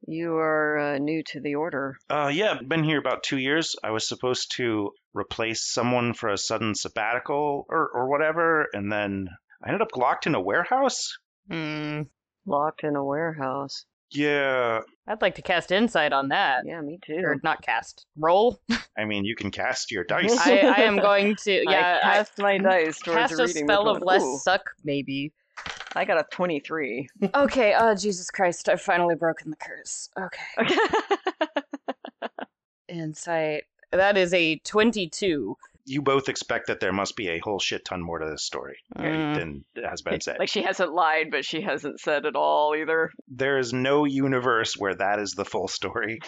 [SPEAKER 2] You are uh, new to the order.
[SPEAKER 1] Uh, yeah, been here about two years. I was supposed to replace someone for a sudden sabbatical or, or whatever, and then I ended up locked in a warehouse.
[SPEAKER 4] Hmm.
[SPEAKER 2] Locked in a warehouse.
[SPEAKER 1] Yeah,
[SPEAKER 4] I'd like to cast insight on that.
[SPEAKER 2] Yeah, me
[SPEAKER 4] Or
[SPEAKER 2] too.
[SPEAKER 4] not cast. Roll.
[SPEAKER 1] I mean, you can cast your dice.
[SPEAKER 4] I, I am going to. Yeah.
[SPEAKER 2] I cast my dice towards
[SPEAKER 4] cast a
[SPEAKER 2] reading
[SPEAKER 4] spell
[SPEAKER 2] this
[SPEAKER 4] of
[SPEAKER 2] one.
[SPEAKER 4] less
[SPEAKER 2] Ooh,
[SPEAKER 4] suck, maybe.
[SPEAKER 2] I got a 23.
[SPEAKER 4] okay. Oh, Jesus Christ! I've finally broken the curse. Okay. Insight. That is a twenty-two.
[SPEAKER 1] you both expect that there must be a whole shit ton more to this story
[SPEAKER 4] Mm.
[SPEAKER 1] than has been said.
[SPEAKER 2] like she hasn't lied, but she hasn't said at all either.
[SPEAKER 1] there is no universe where that is the full story.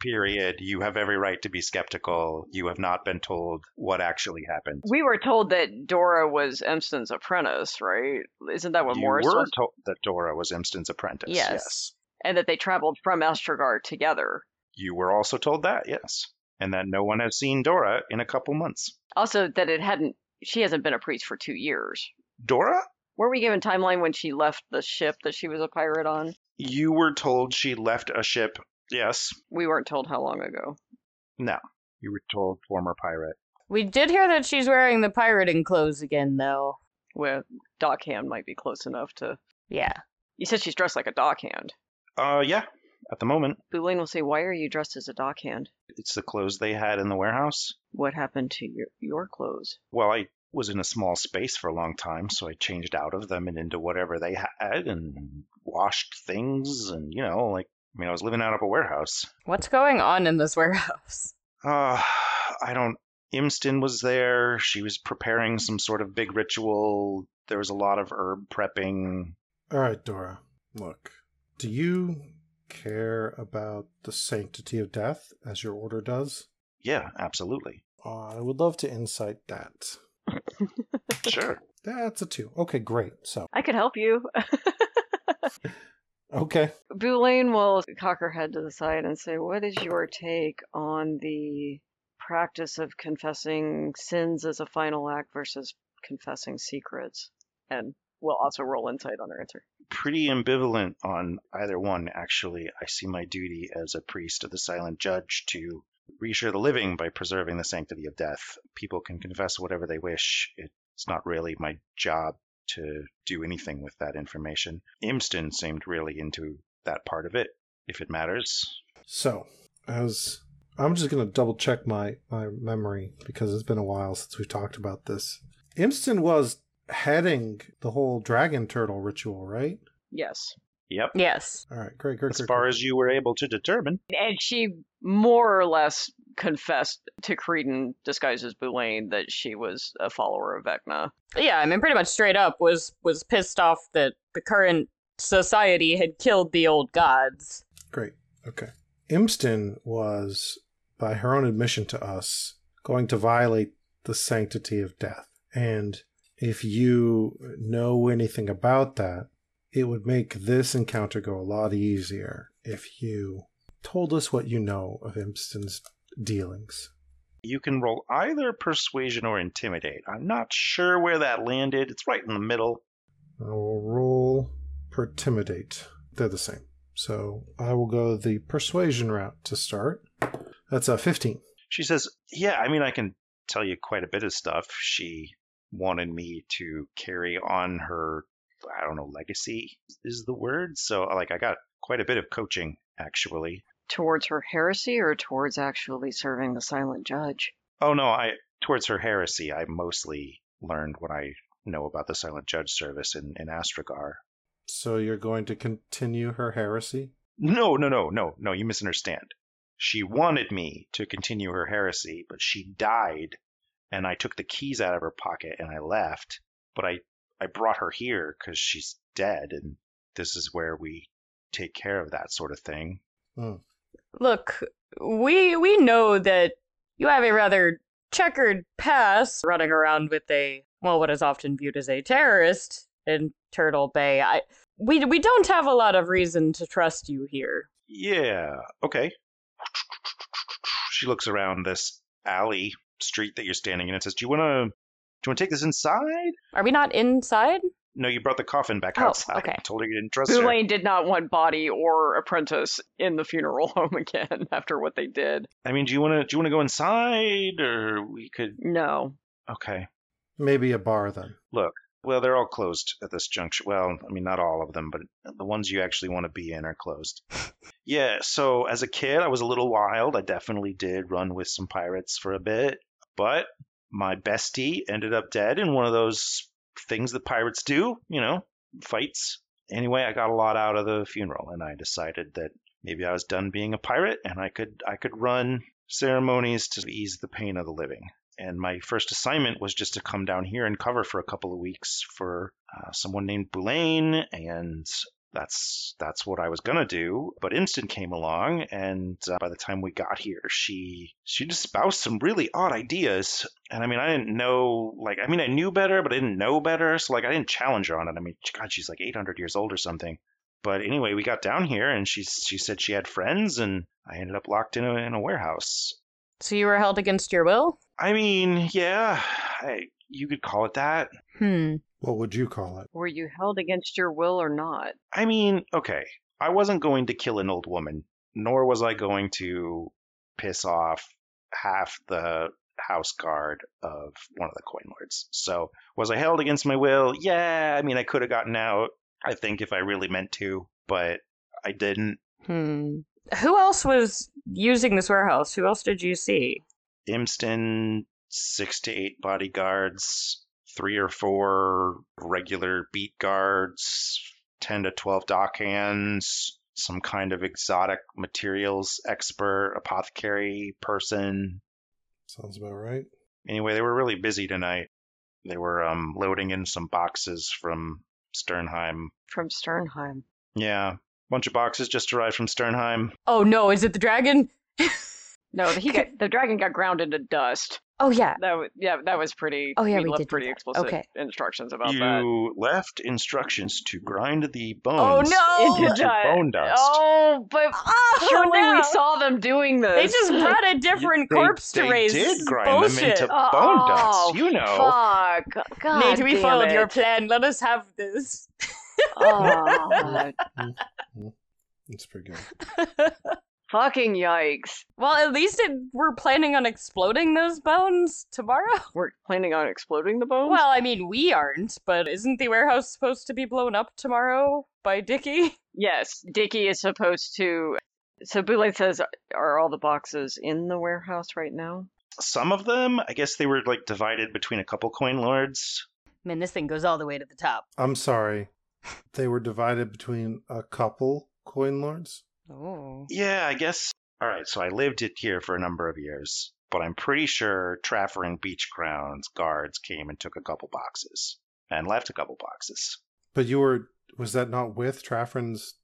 [SPEAKER 1] Period. You have every right to be skeptical. You have not been told what actually happened.
[SPEAKER 2] We were told that Dora was Emston's apprentice, right? Isn't that what
[SPEAKER 1] you
[SPEAKER 2] Morris
[SPEAKER 1] were
[SPEAKER 2] was?
[SPEAKER 1] told that Dora was Emston's apprentice.
[SPEAKER 4] Yes.
[SPEAKER 2] And that they traveled from Astrogar together.
[SPEAKER 1] You were also told that, yes. And that no one has seen Dora in a couple months.
[SPEAKER 2] Also, that it hadn't, she hasn't been a priest for two years.
[SPEAKER 1] Dora?
[SPEAKER 2] Were we given timeline when she left the ship that she was a pirate on?
[SPEAKER 1] You were told she left a ship. Yes.
[SPEAKER 2] We weren't told how long ago.
[SPEAKER 1] You were told former pirate.
[SPEAKER 4] We did hear that she's wearing the pirating clothes again, though.
[SPEAKER 2] Where dockhand might be close enough to.
[SPEAKER 4] Yeah.
[SPEAKER 2] You said she's dressed like a dockhand.
[SPEAKER 1] Uh, yeah. At the moment,
[SPEAKER 2] Boulain will say, Why are you dressed as a dockhand?
[SPEAKER 1] it's the clothes they had in the warehouse.
[SPEAKER 2] What happened to your, your clothes?
[SPEAKER 1] Well, I was in a small space for a long time, so I changed out of them and into whatever they had and washed things and, you know, like, I mean, I was living out of a warehouse.
[SPEAKER 4] What's going on in this warehouse?
[SPEAKER 1] Uh, I don't. Imston was there. She was preparing some sort of big ritual. There was a lot of herb prepping.
[SPEAKER 3] All right, Dora. Look, do you care about the sanctity of death as your order does?
[SPEAKER 1] Yeah, absolutely.
[SPEAKER 3] I would love to insight that.
[SPEAKER 1] Sure.
[SPEAKER 3] That's a two. Okay, great. So,
[SPEAKER 2] I could help you.
[SPEAKER 3] okay.
[SPEAKER 2] Boulain will cock her head to the side and say, What is your take on the practice of confessing sins as a final act versus confessing secrets? And we'll also roll insight on her answer.
[SPEAKER 1] Pretty ambivalent on either one, actually. I see my duty as a priest of the silent judge to reassure the living by preserving the sanctity of death. People can confess whatever they wish. It's not really my job to do anything with that information. Imston seemed really into that part of it, if it matters.
[SPEAKER 3] So, as I'm just going to double check my my memory because it's been a while since we've talked about this. Imston was heading the whole dragon turtle ritual, right?
[SPEAKER 2] Yes.
[SPEAKER 1] Yep.
[SPEAKER 4] Yes.
[SPEAKER 3] All right, great, great,
[SPEAKER 1] As
[SPEAKER 3] great,
[SPEAKER 1] far
[SPEAKER 3] great.
[SPEAKER 1] as you were able to determine,
[SPEAKER 2] And she more or less confessed to Creedon, disguised as Boulain, that she was a follower of Vecna.
[SPEAKER 4] Yeah, I mean pretty much straight up was was pissed off that the current society had killed the old gods.
[SPEAKER 3] Great. Okay. Imston was, by her own admission to us, going to violate the sanctity of death. And if you know anything about that, it would make this encounter go a lot easier if you told us what you know of Imston's dealings.
[SPEAKER 1] you can roll either persuasion or intimidate. I'm not sure where that landed. It's right in the middle.
[SPEAKER 3] I will roll pertimidate. They're the same. So I will go the persuasion route to start. That's a 15.
[SPEAKER 1] She says, Yeah, I mean, I can tell you quite a bit of stuff. She wanted me to carry on her, I don't know, legacy is the word. So, like, I got quite a bit of coaching, actually.
[SPEAKER 2] Towards her heresy or towards actually serving the silent judge?
[SPEAKER 1] Oh, no, I, towards her heresy, I mostly learned what I know about the Silent Judge service in, in Astrogar.
[SPEAKER 3] So you're going to continue her heresy?
[SPEAKER 1] No, no, no, no, no, you misunderstand. She wanted me to continue her heresy, but she died, and I took the keys out of her pocket and I left. But I, I brought her here because she's dead, and this is where we take care of that sort of thing.
[SPEAKER 3] Hmm.
[SPEAKER 4] Look, we we know that you have a rather checkered past running around with a well, what is often viewed as a terrorist in Turtle Bay. I we we don't have a lot of reason to trust you here.
[SPEAKER 1] Yeah, okay. She looks around this alley street that you're standing in and says, "Do you want to, do you want to take this inside?"
[SPEAKER 4] Are we not inside?
[SPEAKER 1] No, you brought the coffin back
[SPEAKER 4] Oh,
[SPEAKER 1] outside.
[SPEAKER 4] okay.
[SPEAKER 1] I told her you didn't trust her.
[SPEAKER 2] Boulain did not want Body or Apprentice in the funeral home again after what they did.
[SPEAKER 1] I mean, do you want to, do you want to go inside, or we could?
[SPEAKER 2] No.
[SPEAKER 1] Okay.
[SPEAKER 3] Maybe a bar then.
[SPEAKER 1] Well, they're all closed at this juncture. Well, I mean, not all of them, but the ones you actually want to be in are closed. yeah, so as a kid, I was a little wild. I definitely did run with some pirates for a bit, but my bestie ended up dead in one of those things that pirates do, you know, fights. Anyway, I got a lot out of the funeral, and I decided that maybe I was done being a pirate, and I could I could run ceremonies to ease the pain of the living and my first assignment was just to come down here and cover for a couple of weeks for uh, someone named Boulain, and that's that's what I was gonna do. But Instant came along, and uh, by the time we got here, she she just espoused some really odd ideas. And I mean, I didn't know like I mean, I knew better, but I didn't know better. So like, I didn't challenge her on it. I mean, God, she's like 800 years old or something. But anyway, we got down here, and she she said she had friends, and I ended up locked in a, in a warehouse.
[SPEAKER 4] So you were held against your will?
[SPEAKER 1] I mean, yeah, I, you could call it that.
[SPEAKER 4] Hmm.
[SPEAKER 3] What would you call it?
[SPEAKER 2] Were you held against your will or not?
[SPEAKER 1] I mean, okay, I wasn't going to kill an old woman, nor was I going to piss off half the house guard of one of the coin lords. So, was I held against my will? Yeah, I mean, I could have gotten out, I think, if I really meant to, but I didn't.
[SPEAKER 4] Hmm. Who else was using this warehouse? Who else did you see?
[SPEAKER 1] Imston, six to eight bodyguards, three or four regular beat guards, 10 to 12 dockhands, some kind of exotic materials expert, apothecary person.
[SPEAKER 3] Sounds about right.
[SPEAKER 1] Anyway, they were really busy tonight. They were um, loading in some boxes from Sternheim.
[SPEAKER 2] From Sternheim.
[SPEAKER 1] Yeah, bunch of boxes just arrived from Sternheim.
[SPEAKER 4] Oh no, is it the dragon?
[SPEAKER 2] No, he got the dragon got ground into dust.
[SPEAKER 4] Oh yeah.
[SPEAKER 2] That was, yeah, that was pretty.
[SPEAKER 4] Oh, yeah, we
[SPEAKER 2] left
[SPEAKER 4] did do
[SPEAKER 2] pretty
[SPEAKER 4] that.
[SPEAKER 2] explicit
[SPEAKER 4] Okay.
[SPEAKER 2] instructions about that.
[SPEAKER 1] you left instructions to grind the
[SPEAKER 4] Oh
[SPEAKER 1] bones
[SPEAKER 4] no!
[SPEAKER 2] Into-
[SPEAKER 1] into bone dust.
[SPEAKER 2] Oh, but
[SPEAKER 4] Oh,
[SPEAKER 2] surely
[SPEAKER 4] no!
[SPEAKER 2] we saw them doing this.
[SPEAKER 4] They just brought a different
[SPEAKER 1] They-
[SPEAKER 4] corpse to
[SPEAKER 1] they
[SPEAKER 4] raise.
[SPEAKER 1] did grind
[SPEAKER 4] Bullshit.
[SPEAKER 1] them into
[SPEAKER 2] Oh,
[SPEAKER 1] bone dust. You know,
[SPEAKER 2] Fuck. God
[SPEAKER 4] Nate, we
[SPEAKER 2] damn
[SPEAKER 4] followed
[SPEAKER 2] it.
[SPEAKER 4] your plan. Let us have this.
[SPEAKER 2] Oh,
[SPEAKER 3] That's pretty good.
[SPEAKER 2] fucking yikes.
[SPEAKER 4] Well, at least it, we're planning on exploding those bones tomorrow.
[SPEAKER 2] We're planning on exploding the bones?
[SPEAKER 4] Well, I mean, we aren't, but isn't the warehouse supposed to be blown up tomorrow by Dickie?
[SPEAKER 2] Yes, Dickie is supposed to. So Boulain says, "Are all the boxes in the warehouse right now?"
[SPEAKER 1] some of them, I guess they were like divided between a couple coin lords.
[SPEAKER 4] Man, this thing goes all the way to the top.
[SPEAKER 3] I'm sorry. They were divided between a couple coin lords.
[SPEAKER 4] Oh.
[SPEAKER 1] Yeah, I guess. All right, so I lived it here for a number of years, but I'm pretty sure Traffer and Beachground's guards came and took a couple boxes and left a couple boxes.
[SPEAKER 3] But you were was that not with Traffrin's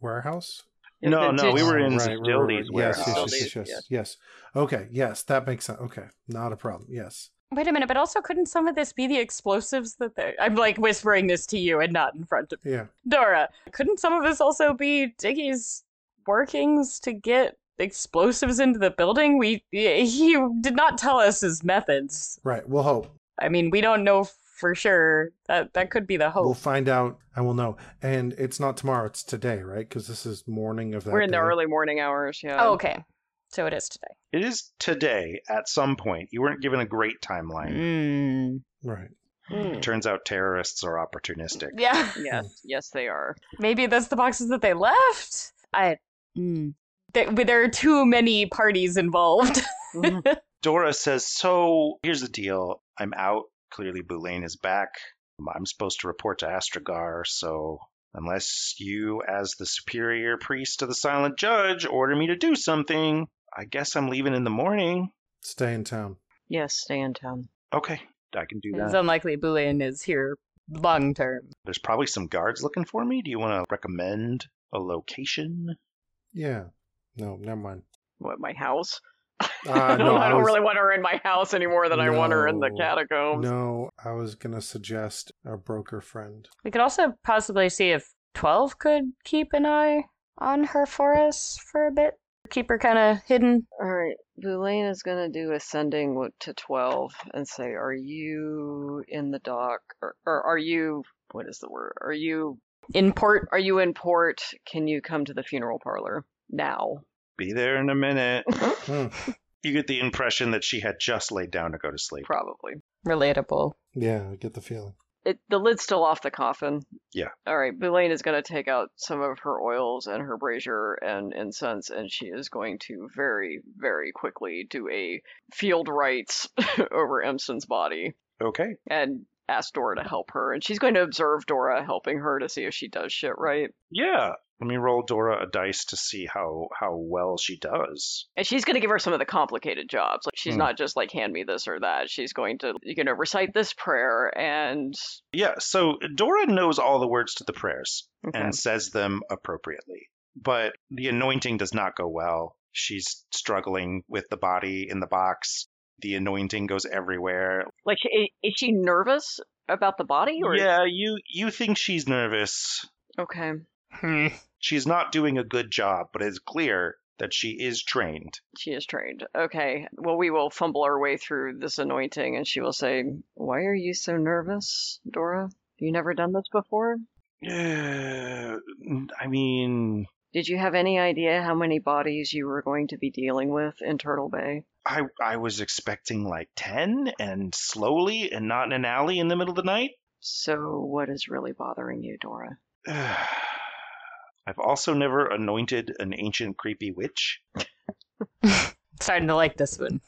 [SPEAKER 3] warehouse?
[SPEAKER 1] No,
[SPEAKER 2] The
[SPEAKER 1] no, we
[SPEAKER 2] two-
[SPEAKER 1] were in Zildji's
[SPEAKER 3] Yes, yes,
[SPEAKER 1] warehouse.
[SPEAKER 3] yes, yes, yes, yes. Okay, yes, that makes sense. Okay, not a problem. Yes.
[SPEAKER 4] Wait a minute, but also couldn't some of this be the explosives that they. I'm like whispering this to you and not in front of
[SPEAKER 3] Yeah.
[SPEAKER 4] Dora. Couldn't some of this also be Dickie's workings to get explosives into the building? We. He did not tell us his methods.
[SPEAKER 3] Right. We'll hope.
[SPEAKER 4] I mean, we don't know for sure. That, that could be the hope.
[SPEAKER 3] We'll find out and we'll know. And it's not tomorrow, it's today, right? Because this is morning of that.
[SPEAKER 2] We're in the
[SPEAKER 3] day.
[SPEAKER 2] early morning hours. Yeah.
[SPEAKER 4] Oh, okay. So it is today.
[SPEAKER 1] It is today at some point. You weren't given a great timeline.
[SPEAKER 4] Mm.
[SPEAKER 3] Right.
[SPEAKER 2] Mm.
[SPEAKER 1] It turns out terrorists are opportunistic.
[SPEAKER 4] Hmm. Yeah.
[SPEAKER 2] Yes, yes, they are.
[SPEAKER 4] Maybe that's the boxes that they left. I. Mm. There, there are too many parties involved.
[SPEAKER 2] Mm-hmm.
[SPEAKER 1] Dora says, So here's the deal. I'm out. Clearly, Boulain is back. I'm supposed to report to Astragar, so Unless you, as the superior priest to the silent judge, order me to do something, I guess I'm leaving in the morning.
[SPEAKER 3] Stay in town.
[SPEAKER 2] Yes, stay in town.
[SPEAKER 1] Okay, I can do
[SPEAKER 4] It's
[SPEAKER 1] that.
[SPEAKER 4] unlikely Boolean is here long term.
[SPEAKER 1] There's probably some guards looking for me. Do you want to recommend a location?
[SPEAKER 3] Yeah. No, never mind.
[SPEAKER 2] What, my house?
[SPEAKER 3] Uh,
[SPEAKER 2] I don't,
[SPEAKER 3] no,
[SPEAKER 2] I
[SPEAKER 3] I
[SPEAKER 2] don't
[SPEAKER 3] was-
[SPEAKER 2] really want her in my house anymore than I want her in the
[SPEAKER 3] No.
[SPEAKER 2] catacombs.
[SPEAKER 3] No, I was gonna suggest our broker friend.
[SPEAKER 4] We could also possibly see if 12 could keep an eye on her for us for a bit. Keep her kind of hidden.
[SPEAKER 2] All right, Boulain is going to do ascending w- to 12 and say, Are you in the dock? Or, or are you, what is the word? Are you,
[SPEAKER 4] In port.
[SPEAKER 2] are you in port? Can you come to the funeral parlor now?
[SPEAKER 1] Be there in a minute.
[SPEAKER 3] Hmm.
[SPEAKER 1] You get the impression that she had just laid down to go to sleep.
[SPEAKER 2] Probably.
[SPEAKER 4] Relatable.
[SPEAKER 3] Yeah, I get the feeling.
[SPEAKER 2] It, the lid's still off the coffin.
[SPEAKER 1] Yeah.
[SPEAKER 2] All right, Boulain is going to take out some of her oils and her brazier and incense, and she is going to very, very quickly do a field rites over Emson's body.
[SPEAKER 1] Okay.
[SPEAKER 2] and ask Dora to help her. And she's going to observe Dora helping her to see if she does shit right.
[SPEAKER 1] Yeah. Let me roll Dora a dice to see how how well she does.
[SPEAKER 2] And she's going to give her some of the complicated jobs. Like she's
[SPEAKER 1] Hmm.
[SPEAKER 2] not just like hand me this or that. She's going to you know recite this prayer and
[SPEAKER 1] Yeah, so Dora knows all the words to the prayers
[SPEAKER 2] Okay.
[SPEAKER 1] and says them appropriately. But the anointing does not go well. She's struggling with the body in the box. The anointing goes everywhere.
[SPEAKER 2] like she, i- is she nervous about the body or
[SPEAKER 1] Yeah, you you think she's nervous.
[SPEAKER 2] okay
[SPEAKER 4] Hmm.
[SPEAKER 1] She's not doing a good job, but it's clear that she is trained.
[SPEAKER 2] she is trained okay well we will fumble our way through this anointing and she will say why are you so nervous Dora you never done this before
[SPEAKER 1] Yeah, I mean,
[SPEAKER 2] did you have any idea how many bodies you were going to be dealing with in Turtle Bay
[SPEAKER 1] I I was expecting like 10 and slowly and not in an alley in the middle of the night.
[SPEAKER 2] So, what is really bothering you, Dora?
[SPEAKER 1] I've also never anointed an ancient creepy witch.
[SPEAKER 4] Starting to like this one.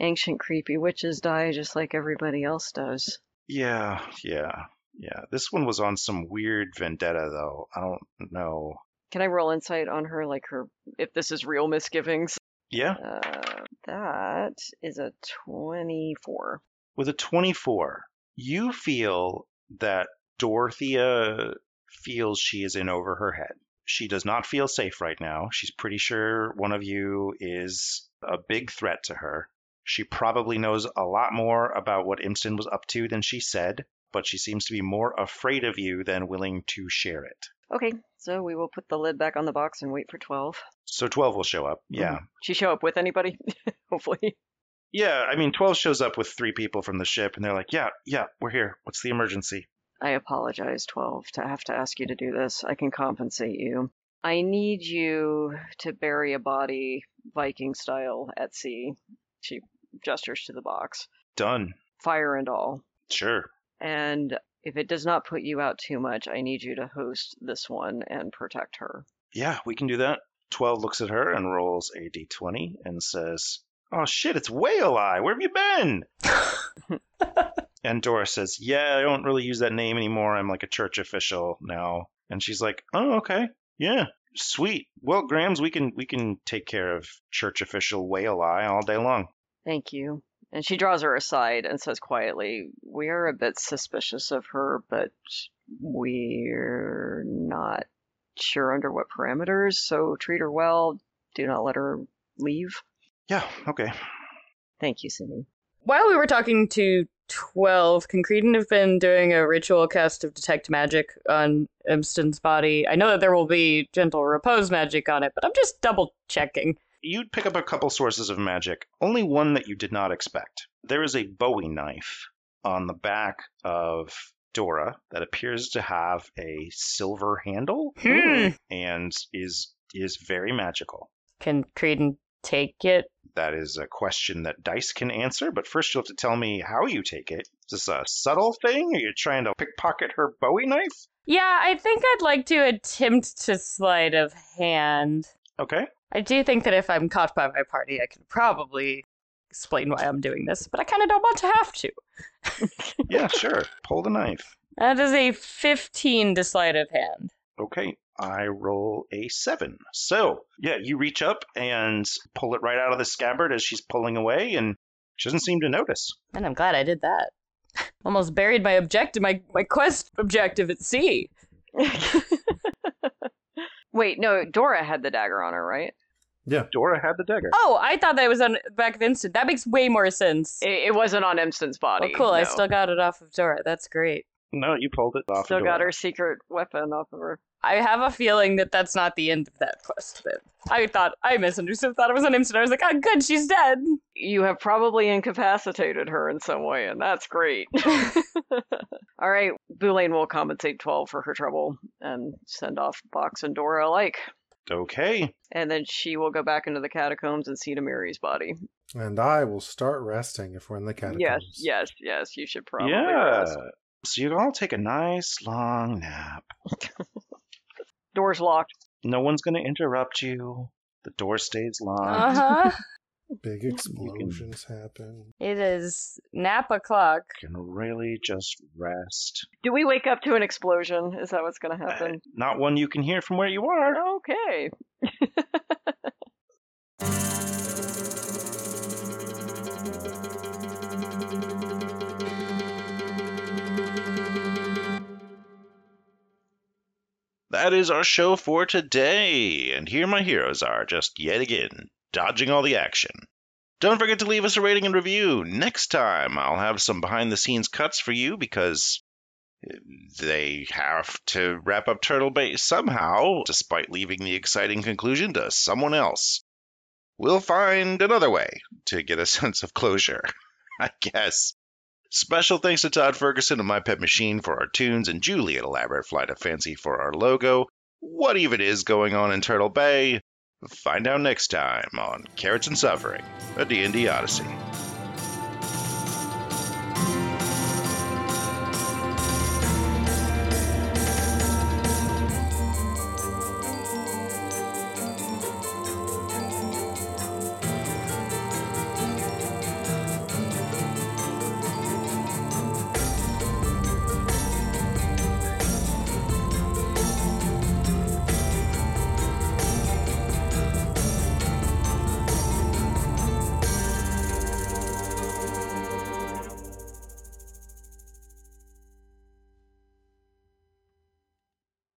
[SPEAKER 2] Ancient creepy witches die just like everybody else does.
[SPEAKER 1] Yeah, yeah, yeah. This one was on some weird vendetta, though. I don't know.
[SPEAKER 2] Can I roll insight on her, like her, if this is real misgivings?
[SPEAKER 1] Yeah,
[SPEAKER 2] Uh, that is a 24.
[SPEAKER 1] with a 24, you feel that Dorothea feels she is in over her head. She does not feel safe right now. She's pretty sure one of you is a big threat to her. She probably knows a lot more about what Imston was up to than she said, but she seems to be more afraid of you than willing to share it.
[SPEAKER 2] Okay, so we will put the lid back on the box and wait for 12.
[SPEAKER 1] So 12 will show up. Yeah.
[SPEAKER 2] She show up with anybody? Hopefully.
[SPEAKER 1] Yeah, I mean, 12 shows up with three people from the ship, and they're like, yeah, yeah, we're here. What's the emergency?
[SPEAKER 2] I apologize, 12, to have to ask you to do this. I can compensate you. I need you to bury a body Viking style at sea. She gestures to the box,
[SPEAKER 1] Done.
[SPEAKER 2] fire and all.
[SPEAKER 1] Sure.
[SPEAKER 2] And if it does not put you out too much, I need you to host this one and protect her.
[SPEAKER 1] Yeah, we can do that. 12 looks at her and rolls a d20 and says, Oh shit, it's Whale Eye. Where have you been? and Dora says, Yeah, I don't really use that name anymore. I'm like a church official now. And she's like, Oh, okay. Yeah. Sweet. Well, Grams, we can we can take care of church official Whale Eye all day long.
[SPEAKER 2] Thank you. And she draws her aside and says quietly, We are a bit suspicious of her, but we're not sure under what parameters, so treat her well. Do not let her leave.
[SPEAKER 1] Yeah, okay.
[SPEAKER 2] Thank you, Simi.
[SPEAKER 4] While we were talking to 12, can Creedon have been doing a ritual cast of Detect Magic on Imston's body? I know that there will be Gentle Repose magic on it, but I'm just double checking.
[SPEAKER 1] You'd pick up a couple sources of magic, only one that you did not expect. There is a Bowie knife on the back of Dora that appears to have a silver handle
[SPEAKER 4] Hmm.
[SPEAKER 1] and is is very magical.
[SPEAKER 4] Can Creedon take it?
[SPEAKER 1] That is a question that dice can answer, but first you'll have to tell me how you take it. Is this a subtle thing? Are you trying to pickpocket her Bowie knife?
[SPEAKER 4] Yeah, I think I'd like to attempt to sleight of hand.
[SPEAKER 1] Okay.
[SPEAKER 4] I do think that if I'm caught by my party, I can probably explain why I'm doing this, but I kind of don't want to have to.
[SPEAKER 1] Yeah, sure. Pull the knife.
[SPEAKER 4] That is a 15 to sleight of hand.
[SPEAKER 1] Okay, I roll a seven. So, yeah, you reach up and pull it right out of the scabbard as she's pulling away, and she doesn't seem to notice.
[SPEAKER 4] And I'm glad I did that. Almost buried my objective, my, my quest objective at sea.
[SPEAKER 2] Wait, no, Dora had the dagger on her, right?
[SPEAKER 3] Yeah.
[SPEAKER 1] Dora had the dagger.
[SPEAKER 4] Oh, I thought that was on back of instant. That makes way more sense.
[SPEAKER 2] It, it wasn't on Emson's
[SPEAKER 4] well,
[SPEAKER 2] body.
[SPEAKER 4] cool. I
[SPEAKER 2] no.
[SPEAKER 4] still got it off of Dora. That's great.
[SPEAKER 1] No, you pulled it off. of
[SPEAKER 2] still got
[SPEAKER 1] Dora.
[SPEAKER 2] her secret weapon off of her.
[SPEAKER 4] I have a feeling that that's not the end of that quest. Then I thought I misunderstood. Thought it was an instant. I was like, oh, good, she's dead.
[SPEAKER 2] You have probably incapacitated her in some way, and that's great. All right, Boulain will compensate 12 for her trouble and send off Box and Dora alike.
[SPEAKER 1] Okay.
[SPEAKER 2] And then she will go back into the catacombs and see to Mary's body.
[SPEAKER 3] And I will start resting if we're in the catacombs.
[SPEAKER 2] Yes, yes, yes. You should probably.
[SPEAKER 1] yeah.
[SPEAKER 2] rest.
[SPEAKER 1] So you all take a nice long nap.
[SPEAKER 2] Door's locked.
[SPEAKER 1] No one's going to interrupt you. The door stays locked.
[SPEAKER 4] Uh huh.
[SPEAKER 3] Big explosions happen.
[SPEAKER 4] it is nap o'clock.
[SPEAKER 1] You can really just rest.
[SPEAKER 2] Do we wake up to an explosion? Is that what's going to
[SPEAKER 1] Uh,
[SPEAKER 2] happen?
[SPEAKER 1] not one you can hear from where you are.
[SPEAKER 2] Okay.
[SPEAKER 1] That is our show for today, and here my heroes are, just yet again, dodging all the action. Don't forget to leave us a rating and review. Next time, I'll have some behind the scenes cuts for you because uh, they have to wrap up Turtle Bay somehow, despite leaving the exciting conclusion to someone else. We'll find another way to get a sense of closure, I guess. Special thanks to Todd Ferguson of My Pet Machine for our tunes and Julie at Elaborate Flight of Fancy for our logo. What even is going on in Turtle Bay? Find out next time on Carrots and Suffering, a D&D Odyssey.